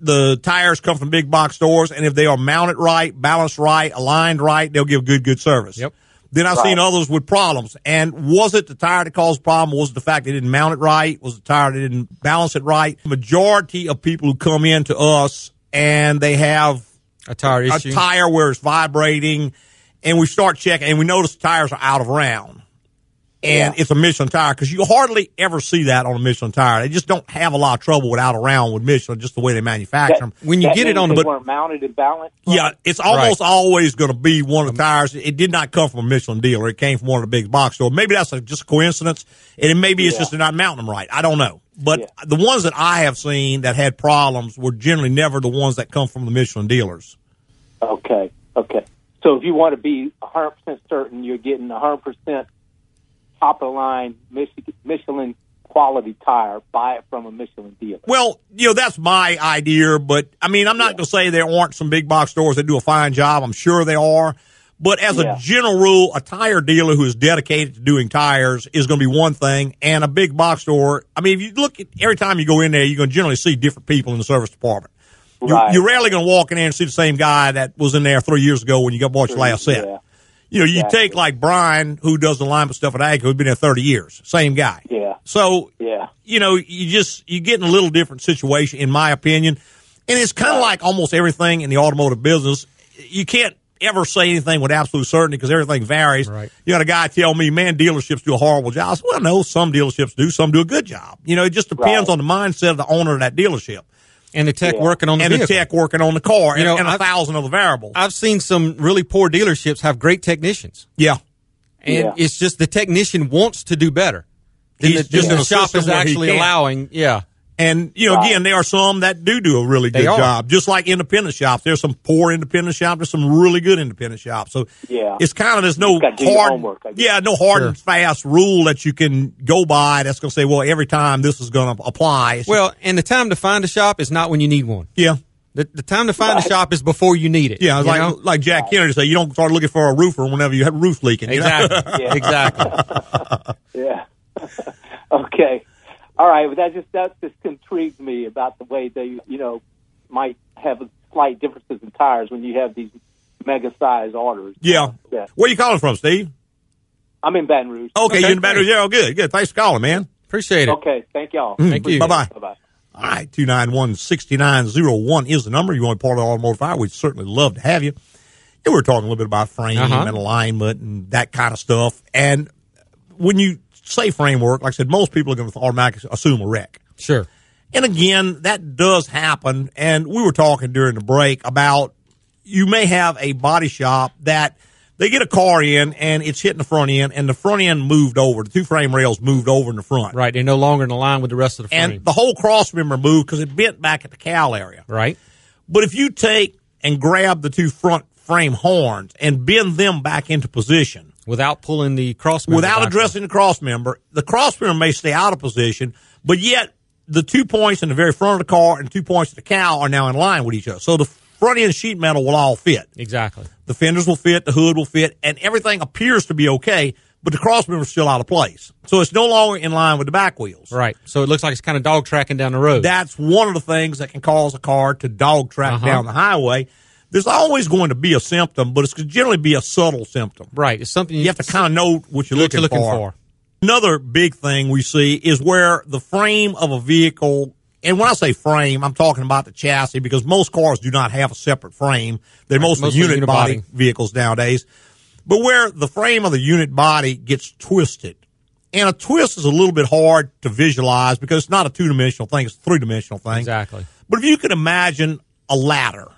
Speaker 1: the tires come from big box stores, and if they are mounted right, balanced right, aligned right, they'll give good, good service.
Speaker 2: Yep.
Speaker 1: Then I've
Speaker 10: Right.
Speaker 1: seen others with problems. And was it the tire that caused the problem? Was it the fact they didn't mount it right? Was the tire they didn't balance it right? Majority of people who come in to us and they have
Speaker 2: a tire
Speaker 1: a
Speaker 2: issue.
Speaker 1: tire where it's vibrating, and we start checking, and we notice tires are out of round, and it's a Michelin tire because you hardly ever see that on a Michelin tire. They just don't have a lot of trouble with out of round with Michelin, just the way they manufacture them.
Speaker 11: That- that means they
Speaker 1: but
Speaker 11: weren't mounted and balanced.
Speaker 1: yeah, it's almost always going to be one
Speaker 11: Um,
Speaker 1: of the tires. It did not come from a Michelin dealer; it came from one of the big box stores. Maybe that's a, just a coincidence, and it, maybe it's
Speaker 10: Yeah.
Speaker 1: just they're not mounting them right. I don't know. But the ones that I have seen that had problems were generally never the ones that come from the Michelin dealers.
Speaker 11: Okay, okay. So if you want to be 100% certain you're getting 100% top of line Michi- Michelin quality tire, buy it from a Michelin dealer.
Speaker 1: Well, you know, that's my idea, but I mean, I'm not going to say there aren't some big box stores that do a fine job. I'm sure they are. But as
Speaker 10: Yeah.
Speaker 1: a general rule, a tire dealer who is dedicated to doing tires is going to be one thing, and a big box store. I mean, if you look at every time you go in there, you're going to generally see different people in the service department. You,
Speaker 10: Right.
Speaker 1: You're rarely going to walk in there and see the same guy that was in there three years ago when you got watched last set. You know, you
Speaker 10: Exactly.
Speaker 1: take like Brian, who does the alignment stuff at Agco, who's been there 30 years, same guy.
Speaker 11: Yeah.
Speaker 1: So
Speaker 11: yeah,
Speaker 1: you know, you just you get in a little different situation, in my opinion, and it's kind of like almost everything in the automotive business. You can't ever say anything with absolute certainty because everything varies. Right. You had a guy tell me, "Man, dealerships do a horrible job." I said, well, no, some dealerships do, some do a good job. You know, it just depends on the mindset of the owner of that dealership
Speaker 2: and the tech working on the
Speaker 1: and
Speaker 2: vehicle.
Speaker 1: the tech working on the car,
Speaker 2: You know,
Speaker 1: and, and a
Speaker 2: I've-
Speaker 1: thousand other variables.
Speaker 2: I've seen some really poor dealerships have great technicians.
Speaker 1: Yeah.
Speaker 2: And
Speaker 1: Yeah.
Speaker 2: it's just the technician wants to do better than
Speaker 1: He's
Speaker 2: the, than
Speaker 1: just in
Speaker 2: the
Speaker 1: a
Speaker 2: shop
Speaker 1: system
Speaker 2: is
Speaker 1: where he
Speaker 2: actually
Speaker 1: can.
Speaker 2: allowing. Yeah.
Speaker 1: And you know,
Speaker 2: Right.
Speaker 1: again, there are some that do do a really
Speaker 2: They
Speaker 1: good
Speaker 2: are.
Speaker 1: job. Just like independent shops, there's some poor independent shops, there's some really good independent shops. So
Speaker 10: Yeah.
Speaker 1: it's kind of there's no
Speaker 10: You've got to do your
Speaker 1: hard,
Speaker 10: homework, I guess.
Speaker 1: yeah, no hard
Speaker 10: Sure.
Speaker 1: and fast rule that you can go by that's going to say, well, every time this is going to apply. It's-
Speaker 2: Well, and the time to find a shop is not when you need one.
Speaker 1: Yeah.
Speaker 2: The, the time to find a shop is before you need it.
Speaker 1: yeah, it's
Speaker 2: you
Speaker 1: like
Speaker 2: know?
Speaker 1: like Jack Kennedy said, you don't start looking for a roofer whenever you have a roof leaking. you know?
Speaker 2: Exactly. Yeah. Exactly.
Speaker 11: Yeah. okay. All right. But that just that just intrigued me about the way they you know might have slight differences in tires when you have these mega size orders.
Speaker 1: yeah.
Speaker 11: Yeah.
Speaker 1: Where you calling from, Steve?
Speaker 11: I'm in Baton Rouge.
Speaker 1: Okay, you're in the battery. Yeah, oh, good, good. Thanks for calling, man.
Speaker 2: Appreciate
Speaker 11: Okay. Thank y'all.
Speaker 1: Bye bye.
Speaker 11: Bye bye.
Speaker 1: All right, 291 6901 is the number. You want to be part of the Automotive Fire? We'd certainly love to have you. Yeah, we were talking a little bit about frame
Speaker 10: Uh-huh.
Speaker 1: and alignment and that kind of stuff. And when you say framework, like I said, most people are going to automatically assume a wreck.
Speaker 2: Sure.
Speaker 1: And again, that does happen. And we were talking during the break about you may have a body shop that they get a car in and it's hitting the front end and the front end moved over. The two frame rails moved over in the front.
Speaker 2: Right. They're no longer in line with the rest of the frame.
Speaker 1: And the whole cross member moved because it bent back at the cowl area.
Speaker 2: Right.
Speaker 1: But if you take and grab the two front frame horns and bend them back into position
Speaker 2: without pulling the cross member
Speaker 1: without
Speaker 2: back
Speaker 1: addressing the cross member, the cross member may stay out of position, but yet the two points in the very front of the car and two points at the cowl are now in line with each other. So the front end sheet metal will all fit.
Speaker 2: Exactly.
Speaker 1: The fenders will fit, the hood will fit, and everything appears to be okay, but the cross member is still out of place. So it's no longer in line with the back wheel.
Speaker 2: Right. So it looks like it's kind of dog tracking down the road.
Speaker 1: That's one of the things that can cause a car to dog track
Speaker 2: Uh-huh.
Speaker 1: down the highway. There's always going to be a symptom, but it's going to generally be a subtle symptom.
Speaker 2: Right. It's something you,
Speaker 1: have to kind of know what you're
Speaker 2: what
Speaker 1: looking,
Speaker 2: you're looking for.
Speaker 1: Another big thing we see is where the frame of a vehicle, and when I say frame, I'm talking about the chassis because most cars do not have a separate frame. They're
Speaker 2: Right,
Speaker 1: mostly,
Speaker 2: mostly
Speaker 1: unit body
Speaker 2: unibody.
Speaker 1: vehicles nowadays. But where the frame of the unit body gets twisted. And a twist is a little bit hard to visualize because it's not a two dimensional thing, it's a three dimensional thing.
Speaker 2: Exactly.
Speaker 1: But if you could imagine a ladder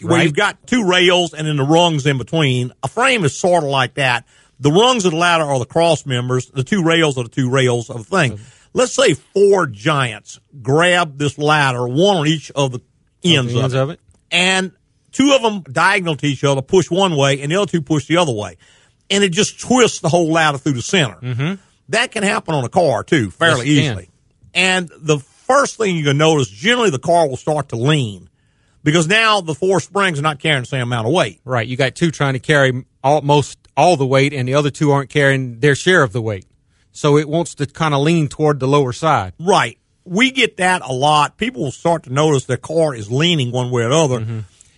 Speaker 1: where
Speaker 2: Right.
Speaker 1: you've got two rails and then the rungs in between, a frame is sort of like that. The rungs of the ladder are the cross members, the two rails are the two rails of the thing.
Speaker 2: Mm-hmm.
Speaker 1: Let's say four giants grab this ladder, one on each of the ends,
Speaker 2: ends of it.
Speaker 1: And two of them diagonal to each other, push one way, and the other two push the other way. And it just twists the whole ladder through the center. Mm-hmm. That can happen on a car too, fairly
Speaker 2: Yes, it can.
Speaker 1: easily. And the first thing you're going to notice, generally the car will start to lean because now the four springs are not carrying the same amount of weight.
Speaker 2: Right. You got two trying to carry almost all the weight, and the other two aren't carrying their share of the weight. So it wants to kind of lean toward the lower side.
Speaker 1: Right. We get that a lot. People will start to notice their car is
Speaker 2: Mm-hmm.
Speaker 1: leaning one way or the other.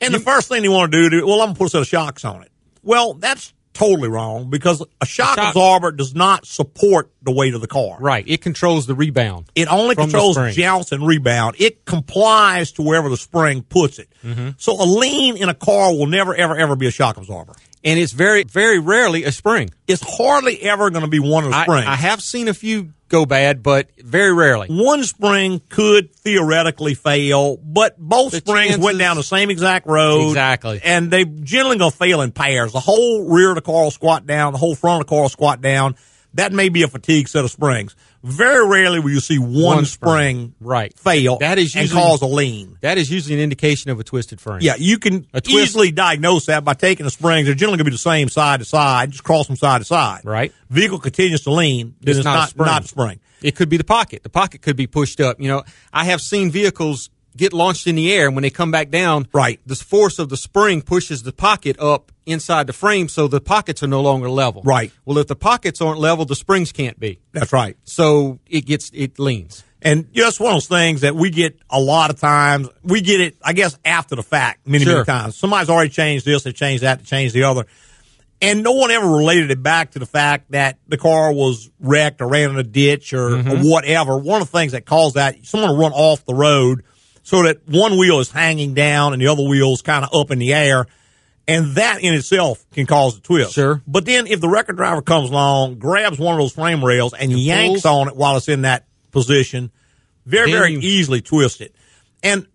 Speaker 1: And the first thing they want to do, do, well, I'm going to put a set of shocks on it. Well, that's totally wrong because a shock, absorber does not support the weight of the car.
Speaker 2: Right. It controls the rebound.
Speaker 1: It only
Speaker 2: from the
Speaker 1: controls
Speaker 2: spring.
Speaker 1: jounce and rebound. It complies to wherever the spring puts it.
Speaker 2: Mm-hmm.
Speaker 1: So a lean in a car will never, ever, ever be a shock absorber.
Speaker 2: And it's very, very rarely a spring.
Speaker 1: It's hardly ever going to be one of the
Speaker 2: I-
Speaker 1: springs.
Speaker 2: I have seen a few go bad, but very rarely.
Speaker 1: One spring could theoretically fail, but both
Speaker 2: The
Speaker 1: springs went
Speaker 2: chances-
Speaker 1: down the same exact road.
Speaker 2: Exactly.
Speaker 1: And they generally going to fail in pairs. The whole rear of the car will squat down, the whole front of the car will squat down. That may be a fatigue set of springs. Very rarely will you see one,
Speaker 2: One
Speaker 1: spring,
Speaker 2: spring. Right.
Speaker 1: fail
Speaker 2: That is
Speaker 1: and
Speaker 2: usually-
Speaker 1: cause a lean.
Speaker 2: That is usually an indication of a twisted frame.
Speaker 1: Yeah, you can
Speaker 2: A twist-
Speaker 1: easily diagnose that by taking the springs. They're generally going to be the same side to side. Just cross them side to side.
Speaker 2: Right.
Speaker 1: Vehicle continues to lean. Then it's, not, not, a spring.
Speaker 2: It could be the pocket. The pocket could be pushed up. You know, I have seen vehicles get launched in the air and when they come back down,
Speaker 1: Right.
Speaker 2: the force of the spring pushes the pocket up inside the frame so the pockets are no longer level.
Speaker 1: Right.
Speaker 2: Well, if the pockets aren't level, the springs can't be.
Speaker 1: That's right.
Speaker 2: So it gets it leans.
Speaker 1: And you know, it's one of those things that we get a lot of times. We get it, I guess, after the fact, many, many
Speaker 2: Sure.
Speaker 1: times. Somebody's already changed this, they changed that, they changed the other. And no one ever related it back to the fact that the car was wrecked or ran in a ditch or, or
Speaker 2: Mm-hmm.
Speaker 1: whatever. One of the things that caused that, someone will run off the road so that one wheel is hanging down and the other wheel's kind of up in the air. And that in itself can cause a twist.
Speaker 2: Sure.
Speaker 1: But then if the record driver comes along, grabs one of those frame rails and yanks
Speaker 2: pulls.
Speaker 1: on it while it's in that position, very,
Speaker 2: Then
Speaker 1: very
Speaker 2: you-
Speaker 1: easily twisted. And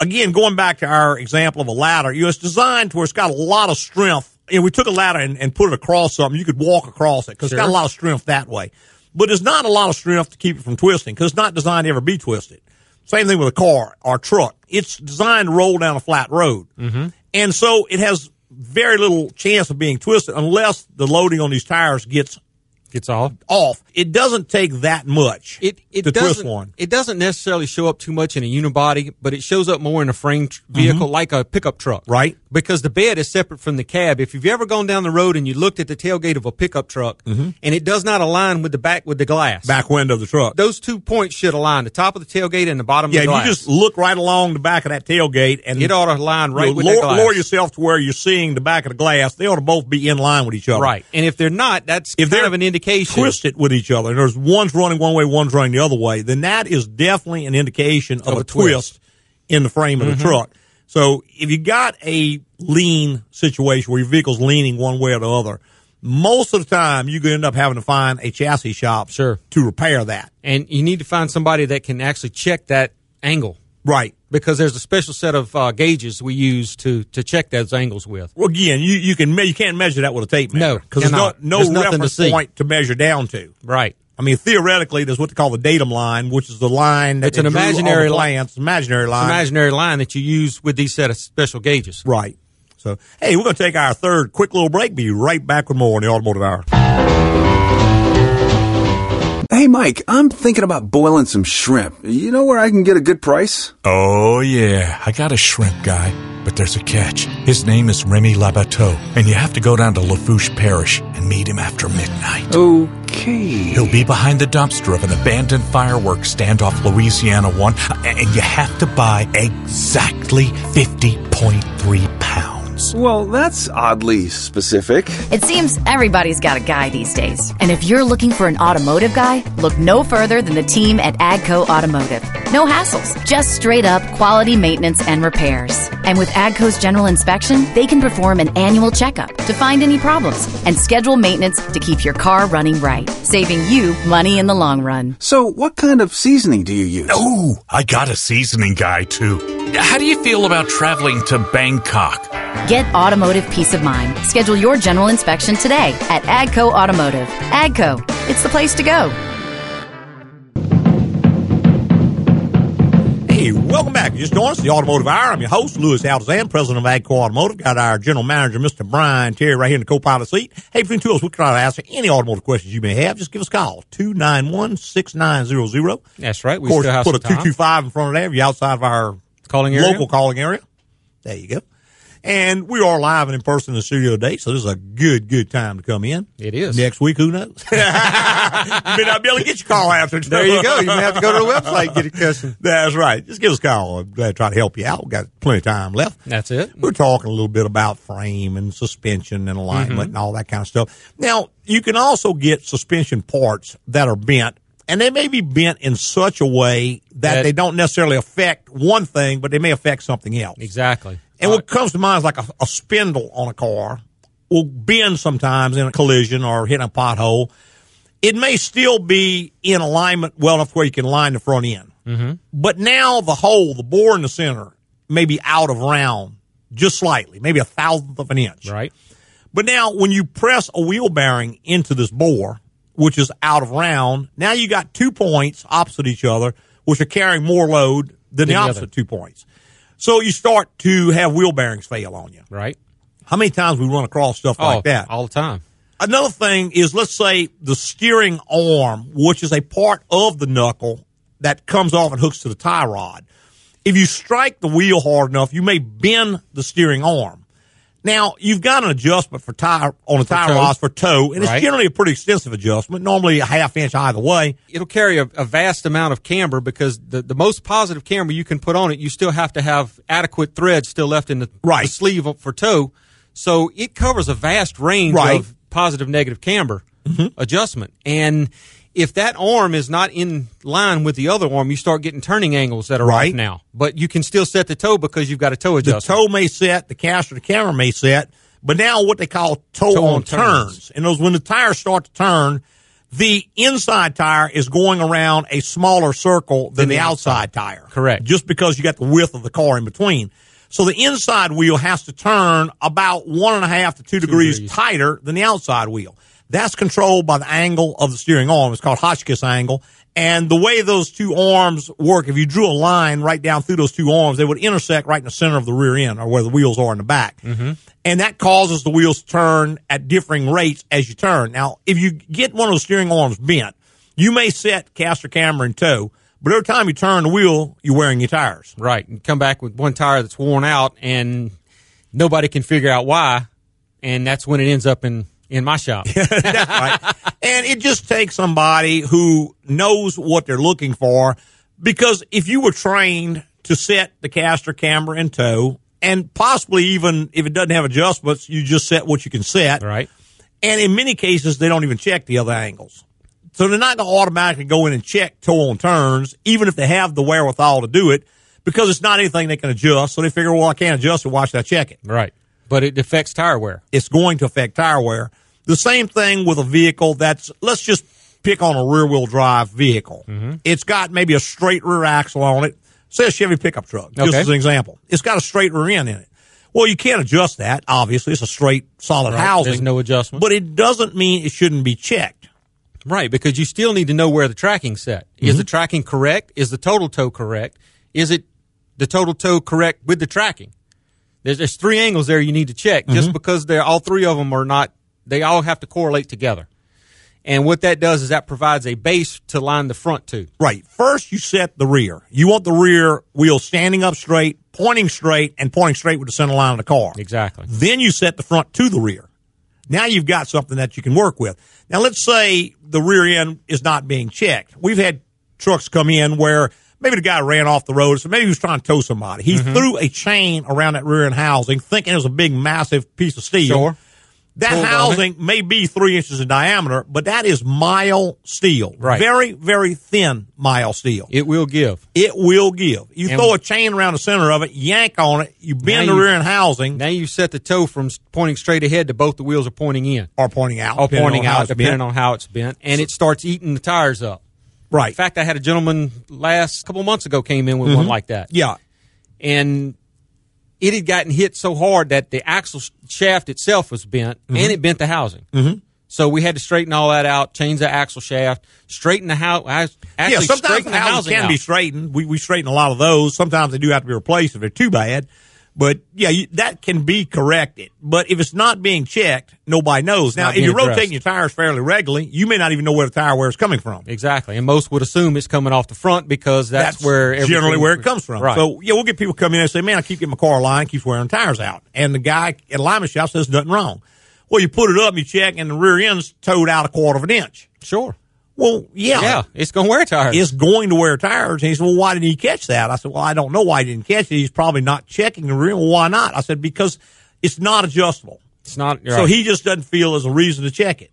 Speaker 1: again, going back to our example of a ladder, you know, it's designed to where it's got a lot of strength. And we took a ladder and, and put it across something, you could walk across it because it's got
Speaker 2: Sure.
Speaker 1: a lot of strength that way. But there's not a lot of strength to keep it from twisting because it's not designed to ever be twisted. Same thing with a car or truck. It's designed to roll down a flat road. Mm-hmm. And so it has very little chance of being twisted unless the loading on these tires gets
Speaker 2: Gets off.
Speaker 1: off. It doesn't take that much
Speaker 2: It it
Speaker 1: to
Speaker 2: doesn't
Speaker 1: twist one.
Speaker 2: it doesn't necessarily show up too much in a unibody, but it shows up more in a framed tr- vehicle like a pickup truck,
Speaker 1: Mm-hmm. Right.
Speaker 2: Because the bed is separate from the cab. If you've ever gone down the road and you looked at the tailgate of a pickup truck and it does not align with the back with the glass,
Speaker 1: Mm-hmm. Back window of the truck.
Speaker 2: those two points should align: the top of the tailgate and the bottom
Speaker 1: Yeah,
Speaker 2: of
Speaker 1: if
Speaker 2: the glass.
Speaker 1: you just look right along the back of that tailgate and
Speaker 2: it ought to align right
Speaker 1: you know,
Speaker 2: with the
Speaker 1: lower,
Speaker 2: glass,
Speaker 1: lower yourself to where you're seeing the back of the glass, they ought to both be in line with each other.
Speaker 2: right? And if they're not, that's
Speaker 1: If
Speaker 2: kind
Speaker 1: they're
Speaker 2: of an indication.
Speaker 1: Twisted with each other, and there's one's running one way, one's running the other way, then that is definitely an indication of,
Speaker 2: Of
Speaker 1: a,
Speaker 2: a Mm-hmm.
Speaker 1: twist. in the frame of the truck. So if you got a lean situation where your vehicle's leaning one way or the other, most of the time you could end up having to find a chassis shop
Speaker 2: Sure.
Speaker 1: to repair that.
Speaker 2: and you need to find somebody that can actually check that angle.
Speaker 1: Right.
Speaker 2: because there's a special set of uh, gauges we use to to check those angles with.
Speaker 1: Well, again, you, you can me- you can't measure that with a tape measure.
Speaker 2: No,
Speaker 1: because no,
Speaker 2: cannot.
Speaker 1: no
Speaker 2: There's nothing to
Speaker 1: reference
Speaker 2: see.
Speaker 1: point to measure down to.
Speaker 2: Right.
Speaker 1: I mean, theoretically, there's what they call the datum line, which is the line that
Speaker 2: It's an
Speaker 1: they drew on
Speaker 2: imaginary
Speaker 1: the
Speaker 2: li-
Speaker 1: plans, imaginary
Speaker 2: It's
Speaker 1: line,
Speaker 2: an imaginary line that you use with these set of special gauges.
Speaker 1: right? So, hey, we're going to take our third quick little break. Be right back with more on the Automotive Hour.
Speaker 10: Hey, Mike, I'm thinking about boiling some shrimp. You know where I can get a good price?
Speaker 7: Oh, yeah. I got a shrimp guy, but there's a catch. His name is Remy Labateau, and you have to go down to Lafouche Parish and meet him after midnight.
Speaker 10: Okay.
Speaker 7: He'll be behind the dumpster of an abandoned fireworks stand off Louisiana 1, a- and you have to buy exactly 50.3 pounds.
Speaker 10: Well, that's oddly specific.
Speaker 5: It seems everybody's got a guy these days. And if you're looking for an automotive guy, look no further than the team at Agco Automotive. No hassles, just straight up quality maintenance and repairs. And with Agco's general inspection, they can perform an annual checkup to find any problems and schedule maintenance to keep your car running right, saving you money in the long run.
Speaker 10: So, what kind of seasoning do you use?
Speaker 7: Ooh, I got a seasoning guy, too. How do you feel about traveling to Bangkok?
Speaker 5: Get automotive peace of mind. Schedule your general inspection today at Agco Automotive. Agco, it's the place to go.
Speaker 1: Hey, welcome back. You just joined us, the Automotive Hour. I'm your host, Louis Alzan, president of AGCO Automotive. Got our general manager, Mr. Brian Terry, right here in the co-pilot seat. Hey, between two of us, we can try to answer any automotive questions you may have. Just give us a call, 291-6900.
Speaker 2: That's right.
Speaker 1: Of
Speaker 2: We
Speaker 1: course,
Speaker 2: still have
Speaker 1: put a
Speaker 2: some time.
Speaker 1: 225 in front of there if you're outside of our
Speaker 2: Calling area?
Speaker 1: local calling area. There you go. And we are live and in person in the studio today, so this is a good, good time to come in. It is. Next week, who knows? may not be able to get your call after.
Speaker 2: There you go. You may have to go to the website and get it custom.
Speaker 1: That's right. Just give us a call. I'm glad to try to help you out. We've got plenty of time left.
Speaker 2: That's it.
Speaker 1: We're talking a little bit about frame and suspension and alignment
Speaker 2: Mhm.
Speaker 1: and all that kind of stuff. Now, you can also get suspension parts that are bent, and they may be bent in such a way that,
Speaker 2: That-
Speaker 1: they don't necessarily affect one thing, but they may affect something else.
Speaker 2: Exactly.
Speaker 1: And what comes to mind is like a, a spindle on a car will bend sometimes in a collision or hit a pothole. It may still be in alignment well enough where you can line the front end.
Speaker 2: Mm-hmm.
Speaker 1: But now the hole, the bore in the center, may be out of round just slightly, maybe a thousandth of an inch.
Speaker 2: Right.
Speaker 1: But now when you press a wheel bearing into this bore, which is out of round, now you got two points opposite each other, which are carrying more load than the,
Speaker 2: Than the other.
Speaker 1: opposite two points. So you start to have wheel bearings fail on you.
Speaker 2: Right.
Speaker 1: How many times we run across stuff
Speaker 2: Oh,
Speaker 1: like that?
Speaker 2: all the time.
Speaker 1: Another thing is, let's say the steering arm, which is a part of the knuckle that comes off and hooks to the tie rod. If you strike the wheel hard enough, you may bend the steering arm. Now you've got an adjustment for tie on the tie
Speaker 2: toe.
Speaker 1: rods for toe, and
Speaker 2: Right.
Speaker 1: it's generally a pretty extensive adjustment, normally a half inch either way.
Speaker 2: It'll carry a, a vast amount of camber because the, the most positive camber you can put on it, you still have to have adequate thread still left in the, right. the sleeve of- for toe. So it covers a vast range
Speaker 1: Right. Mm-hmm.
Speaker 2: of positive negative camber adjustment. And if that arm is not in line with the other arm, you start getting turning angles that are
Speaker 1: Right.
Speaker 2: right off now. But you can still set the toe because you've got a toe
Speaker 1: The
Speaker 2: adjustment.
Speaker 1: toe may set, the caster, the camera may set, but now what they call toe,
Speaker 2: Toe
Speaker 1: on,
Speaker 2: on
Speaker 1: turns.
Speaker 2: turns.
Speaker 1: And those when the tires start to turn, the inside tire is going around a smaller circle than the, outside tire. Correct. Just because you got the width of the car in between. So the inside wheel has to turn about one and a half to two, degrees, tighter than the outside wheel. That's controlled by the angle of the steering arm. It's called Hotchkiss angle. And the way those two arms work, if you drew a line right down through those two arms, they would intersect right in the center of the rear end or where the wheels are in the back
Speaker 12: Mm-hmm.
Speaker 1: and that causes the wheels to turn at differing rates as you turn. Now, if you get one of those steering arms bent, you may set caster camber in tow, but every time you turn the wheel, you're wearing your tires.
Speaker 2: Right. And come back with one tire that's worn out and nobody can figure out why. And that's when it ends up in, in my shop.
Speaker 1: and it just takes somebody who knows what they're looking for because if you were trained to set the caster camber in tow and possibly even if it doesn't have adjustments you just set what you can set
Speaker 2: right
Speaker 1: and in many cases they don't even check the other angles so they're not going to automatically go in and check toe on turns even if they have the wherewithal to do it because it's not anything they can adjust so they figure well i can't adjust it why should i check it
Speaker 2: right but it affects tire wear
Speaker 1: it's going to affect tire wear. The same thing with a vehicle that's, let's just pick on a rear wheel drive vehicle.
Speaker 2: Mm-hmm.
Speaker 1: It's got maybe a straight rear axle on it. Say a Chevy pickup truck, just
Speaker 2: Okay.
Speaker 1: as an example. It's got a straight rear end in it. Well, you can't adjust that, obviously. It's a straight, solid
Speaker 2: Right.
Speaker 1: housing.
Speaker 2: There's no adjustment.
Speaker 1: But it doesn't mean it shouldn't be checked.
Speaker 2: Right. Because you still need to know where the tracking's set. Is the tracking correct? Is the total toe correct? Is it the total toe correct with the tracking? There's, there's three angles there you need to check just because they're all three of them are not, they all have to correlate together. And what that does is that provides a base to line the front to.
Speaker 1: Right. First, you set the rear. You want the rear wheel standing up straight, pointing straight, and pointing straight with the center line of the car.
Speaker 2: Exactly.
Speaker 1: Then you set the front to the rear. Now you've got something that you can work with. Now, let's say the rear end is not being checked. We've had trucks come in where maybe the guy ran off the road, so maybe he was trying to tow somebody. He
Speaker 2: Mhm.
Speaker 1: threw a chain around that rear end housing, thinking it was a big, massive piece of steel.
Speaker 2: Sure.
Speaker 1: That
Speaker 2: Pulled on it.
Speaker 1: housing may be three inches in diameter, but that is mile steel.
Speaker 2: Right.
Speaker 1: Very, very thin mile steel.
Speaker 2: It will give.
Speaker 1: It will give. You
Speaker 2: And-
Speaker 1: throw a chain around the center of it, yank on it, you bend
Speaker 2: Now
Speaker 1: the
Speaker 2: you-
Speaker 1: rear end housing.
Speaker 2: Now you set the toe from s- pointing straight ahead to both the wheels are pointing in
Speaker 1: or pointing out,
Speaker 2: or
Speaker 1: depending
Speaker 2: pointing
Speaker 1: on how
Speaker 2: out,
Speaker 1: it's
Speaker 2: depending
Speaker 1: bent.
Speaker 2: on how it's bent, and it starts eating the tires up.
Speaker 1: Right.
Speaker 2: In fact, I had a gentleman last couple months ago came in with
Speaker 1: Mhm.
Speaker 2: one like that.
Speaker 1: Yeah.
Speaker 2: and it had gotten hit so hard that the axle sh- shaft itself was bent,
Speaker 1: Mhm.
Speaker 2: and it bent the housing.
Speaker 1: Mhm.
Speaker 2: So we had to straighten all that out, change the axle shaft, straighten the house. Actually,
Speaker 1: yeah, sometimes
Speaker 2: straighten
Speaker 1: the
Speaker 2: the
Speaker 1: houses
Speaker 2: housing
Speaker 1: can
Speaker 2: out.
Speaker 1: be straightened. We, we straighten a lot of those. Sometimes they do have to be replaced if they're too bad. But yeah, you, that can be corrected. But if it's not being checked, nobody knows. Now,
Speaker 2: not
Speaker 1: if
Speaker 2: being
Speaker 1: you're rotating
Speaker 2: addressed.
Speaker 1: your tires fairly regularly, you may not even know where the tire wear is coming from.
Speaker 2: Exactly. And most would assume it's coming off the front because that's, where everything-
Speaker 1: generally where it comes from.
Speaker 2: Right.
Speaker 1: So yeah, we'll get people coming in and say, "Man, I keep getting my car aligned, keeps wearing tires out," and the guy at alignment shop says nothing wrong. Well, you put it up, you check, and the rear end's towed out a quarter of an inch.
Speaker 2: Sure.
Speaker 1: Well, yeah,
Speaker 2: Yeah, it's going to wear tires.
Speaker 1: It's going to wear tires. And he said, Well, why didn't he catch that? I said, Well, I don't know why he didn't catch it. He's probably not checking the rear. Well, why not? I said, Because it's not adjustable.
Speaker 2: It's not.
Speaker 1: So he just doesn't feel there's a reason to check it.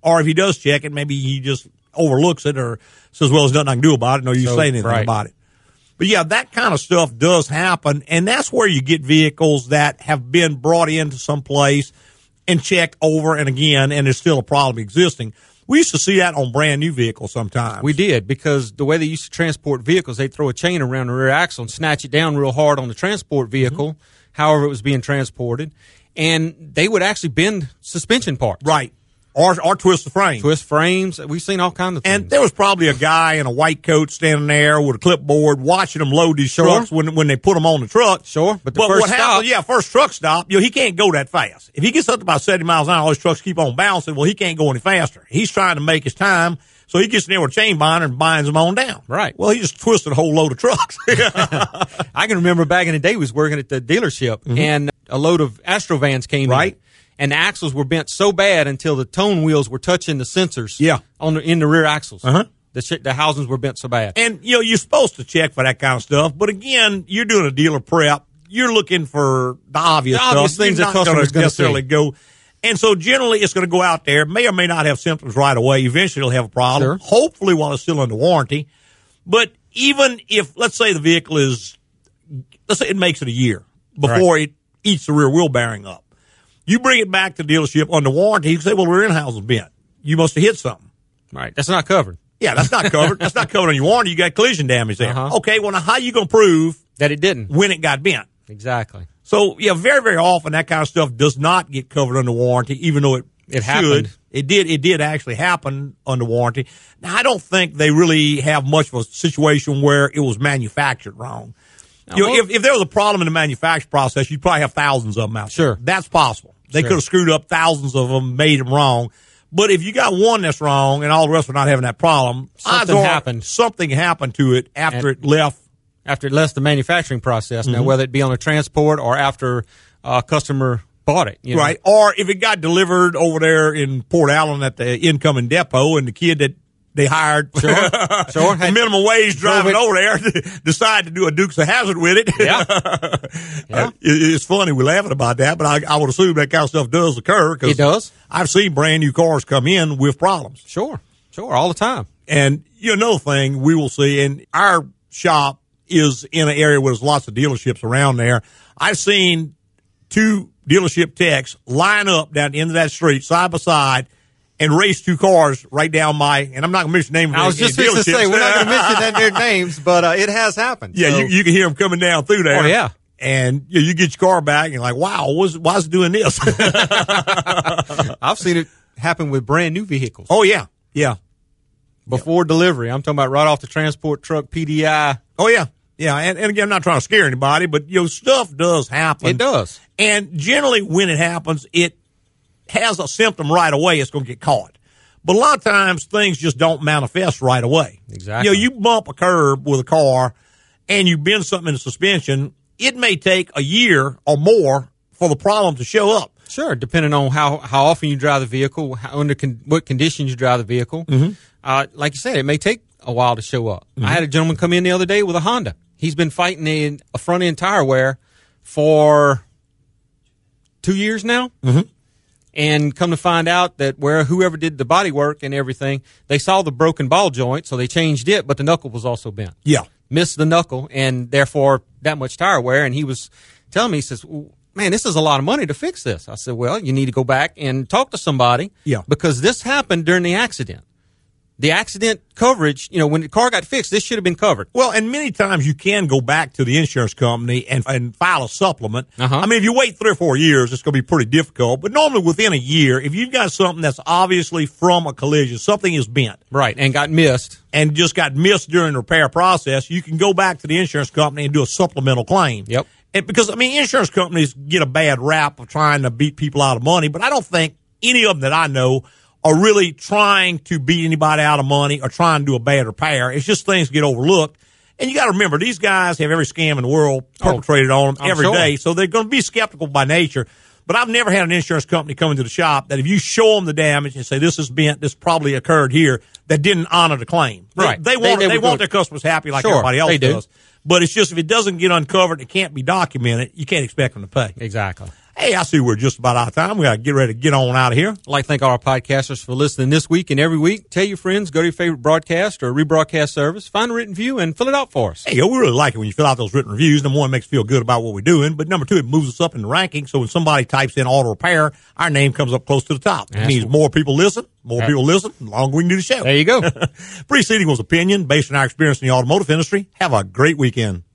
Speaker 1: Or if he does check it, maybe he just overlooks it or says, Well, there's nothing I can do about it. No, you
Speaker 2: So,
Speaker 1: say anything
Speaker 2: right.
Speaker 1: about it. But yeah, that kind of stuff does happen. And that's where you get vehicles that have been brought into some place and checked over and again, and there's still a problem existing. We used to see that on brand new vehicles sometimes.
Speaker 2: We did because the way they used to transport vehicles, they'd throw a chain around the rear axle and snatch it down real hard on the
Speaker 1: Mm-hmm.
Speaker 2: transport vehicle, however it was being transported, and they would actually bend suspension parts.
Speaker 1: Right. Or, or twist the frame.
Speaker 2: Twist frames. We've seen all kinds of things.
Speaker 1: And there was probably a guy in a white coat standing there with a clipboard watching them load these
Speaker 2: Sure.
Speaker 1: trucks when when they put them on the truck.
Speaker 2: Sure, but the
Speaker 1: but
Speaker 2: first
Speaker 1: what
Speaker 2: stop-
Speaker 1: happens? Yeah, first truck stop. You know, he can't go that fast. If he gets up to about seventy miles an hour, all his trucks keep on bouncing. Well, he can't go any faster. He's trying to make his time, so he gets in there with a chain binder and binds them on down.
Speaker 2: Right.
Speaker 1: Well, he just twisted a whole load of trucks.
Speaker 2: I can remember back in the day, we was working at the dealership,
Speaker 1: Mm-hmm.
Speaker 2: and a load of Astrovans came right. in, and the axles were bent so bad until the tone wheels were touching the sensors.
Speaker 1: Yeah.
Speaker 2: on the, in the rear axles.
Speaker 1: Uh-huh.
Speaker 2: The sh- the housings were bent so bad.
Speaker 1: And you know, you're supposed to check for that kind of stuff. But again, you're doing a dealer prep. You're looking for the obvious,
Speaker 2: The obvious
Speaker 1: stuff.
Speaker 2: things
Speaker 1: you're
Speaker 2: a
Speaker 1: not gonna
Speaker 2: customer's gonna
Speaker 1: necessarily
Speaker 2: see.
Speaker 1: go. And so generally, it's going to go out there, may or may not have symptoms right away. Eventually, it'll have a problem.
Speaker 2: Sure.
Speaker 1: Hopefully, while it's still under warranty. But even if, let's say, the vehicle is, let's say, it makes it a year before it eats the rear wheel bearing up. You bring it back to the dealership under warranty. You can say, "Well, the rear end housing's bent. You must have hit something."
Speaker 2: Right, that's not covered.
Speaker 1: Yeah, that's not covered. that's not covered on your warranty. You got collision damage there.
Speaker 2: Uh-huh.
Speaker 1: Okay, well now how you gonna prove
Speaker 2: That it didn't
Speaker 1: when it got bent?
Speaker 2: exactly.
Speaker 1: So yeah, very very often that kind of stuff does not get covered under warranty, even though it
Speaker 2: It
Speaker 1: should.
Speaker 2: happened.
Speaker 1: It did it did actually happen under warranty. Now I don't think they really have much of a situation where it was manufactured wrong. You know,
Speaker 2: well-
Speaker 1: if, if there was a problem in the manufacture process, you'd probably have thousands of them out. there.
Speaker 2: Sure.
Speaker 1: that's possible. They
Speaker 2: Sure.
Speaker 1: could have screwed up thousands of them, made them wrong. But if you got one that's wrong and all the rest are not having that problem, odds
Speaker 2: Something
Speaker 1: are
Speaker 2: happened.
Speaker 1: Something happened to it after it left.
Speaker 2: after it left the manufacturing process. Now, whether it be on a transport or after uh, a customer bought it, you know.
Speaker 1: Right. Or if it got delivered over there in Port Allen at the incoming depot and the kid that they hired
Speaker 2: Sure,
Speaker 1: for
Speaker 2: sure.
Speaker 1: minimum wage
Speaker 2: Drove
Speaker 1: driving
Speaker 2: it.
Speaker 1: over there decide to do a Dukes of Hazard with it.
Speaker 2: Yeah.
Speaker 1: Uh, it- it's funny we're laughing about that, but I, I would assume that kind of stuff does occur. Cause
Speaker 2: It does.
Speaker 1: I've seen brand new cars come in with problems.
Speaker 2: Sure, sure, all the time.
Speaker 1: And you know, another thing we will see, and our shop is in an area where there's lots of dealerships around there. I've seen two dealership techs line up down the end of that street side by side and race two cars right down my, and I'm not going to mention the name of
Speaker 2: I was just
Speaker 1: going
Speaker 2: fixing to say we're not going to mention that their names, but uh, it has happened.
Speaker 1: yeah,
Speaker 2: So-
Speaker 1: you, you can hear them coming down through there.
Speaker 2: Oh, yeah.
Speaker 1: And you, you get your car back and you're like, wow, what's, why's it doing this?
Speaker 2: uh, I've seen it happen with brand new vehicles
Speaker 1: oh, yeah. Yeah.
Speaker 2: before delivery. I'm talking about right off the transport truck PDI.
Speaker 1: Oh, yeah. Yeah. And, and again, I'm not trying to scare anybody, but you know, stuff does happen.
Speaker 2: It does.
Speaker 1: And generally, when it happens, it has a symptom right away. It's going to get caught. But a lot of times, things just don't manifest right away.
Speaker 2: Exactly.
Speaker 1: You know, you bump a curb with a car and you bend something in the suspension, it may take a year or more for the problem to show up.
Speaker 2: Sure, depending on how, how often you drive the vehicle, how, under con- what conditions you drive the vehicle. Mm-hmm. Uh, like you said, it may take a while to show up. I had a gentleman come in the other day with a Honda. He's been fighting in a front end tire wear for two years now. Mm-hmm. And come to find out that where whoever did the body work and everything, they saw the broken ball joint, so they changed it, but the knuckle was also bent
Speaker 1: Yeah.
Speaker 2: missed the knuckle and therefore that much tire wear. And he was telling me, he says, man, this is a lot of money to fix this. I said, well, you need to go back and talk to somebody.
Speaker 1: Yeah.
Speaker 2: Because this happened during the accident. The accident coverage, you know, when the car got fixed, this should have been covered.
Speaker 1: Well, and many times you can go back to the insurance company and, and file a supplement.
Speaker 2: Uh-huh.
Speaker 1: I mean, if you wait three or four years, it's going to be pretty difficult. But normally within a year, if you've got something that's obviously from a collision, something is bent,
Speaker 2: Right. And got missed.
Speaker 1: and just got missed during the repair process, you can go back to the insurance company and do a supplemental claim.
Speaker 2: Yep.
Speaker 1: And because I mean, insurance companies get a bad rap of trying to beat people out of money, but I don't think any of them that I know are really trying to beat anybody out of money or trying to do a bad repair. It's just things get overlooked. And you got to remember, these guys have every scam in the world perpetrated on them
Speaker 2: I'm
Speaker 1: every day,
Speaker 2: sure.
Speaker 1: so they're going to be skeptical by nature. But I've never had an insurance company come into the shop that if you show them the damage and say this is bent, this probably occurred here, that didn't honor the claim. They-
Speaker 2: Right.
Speaker 1: They,
Speaker 2: They-
Speaker 1: want
Speaker 2: they
Speaker 1: they,
Speaker 2: would
Speaker 1: want
Speaker 2: go-
Speaker 1: their customers happy like
Speaker 2: Sure,
Speaker 1: everybody else
Speaker 2: they do.
Speaker 1: does. But it's just if it doesn't get uncovered, it can't be documented. You can't expect them to pay.
Speaker 2: Exactly.
Speaker 1: Hey, I see we're just about out of time. We got to get ready to get on out of here.
Speaker 2: I'd like to thank all our podcasters for listening this week and every week. Tell your friends, go to your favorite broadcast or rebroadcast service, find a written view, and fill it out for us.
Speaker 1: Hey, yo, we really like it when you fill out those written reviews. Number one, it makes us feel good about what we're doing. But number two, it moves us up in the ranking. So when somebody types in auto repair, our name comes up close to the top. It
Speaker 2: That's
Speaker 1: means
Speaker 2: what-
Speaker 1: more people listen, more
Speaker 2: That-
Speaker 1: people listen, the longer we can do the show. There
Speaker 2: you go.
Speaker 1: Preceding was opinion based on our experience in the automotive industry. Have a great weekend.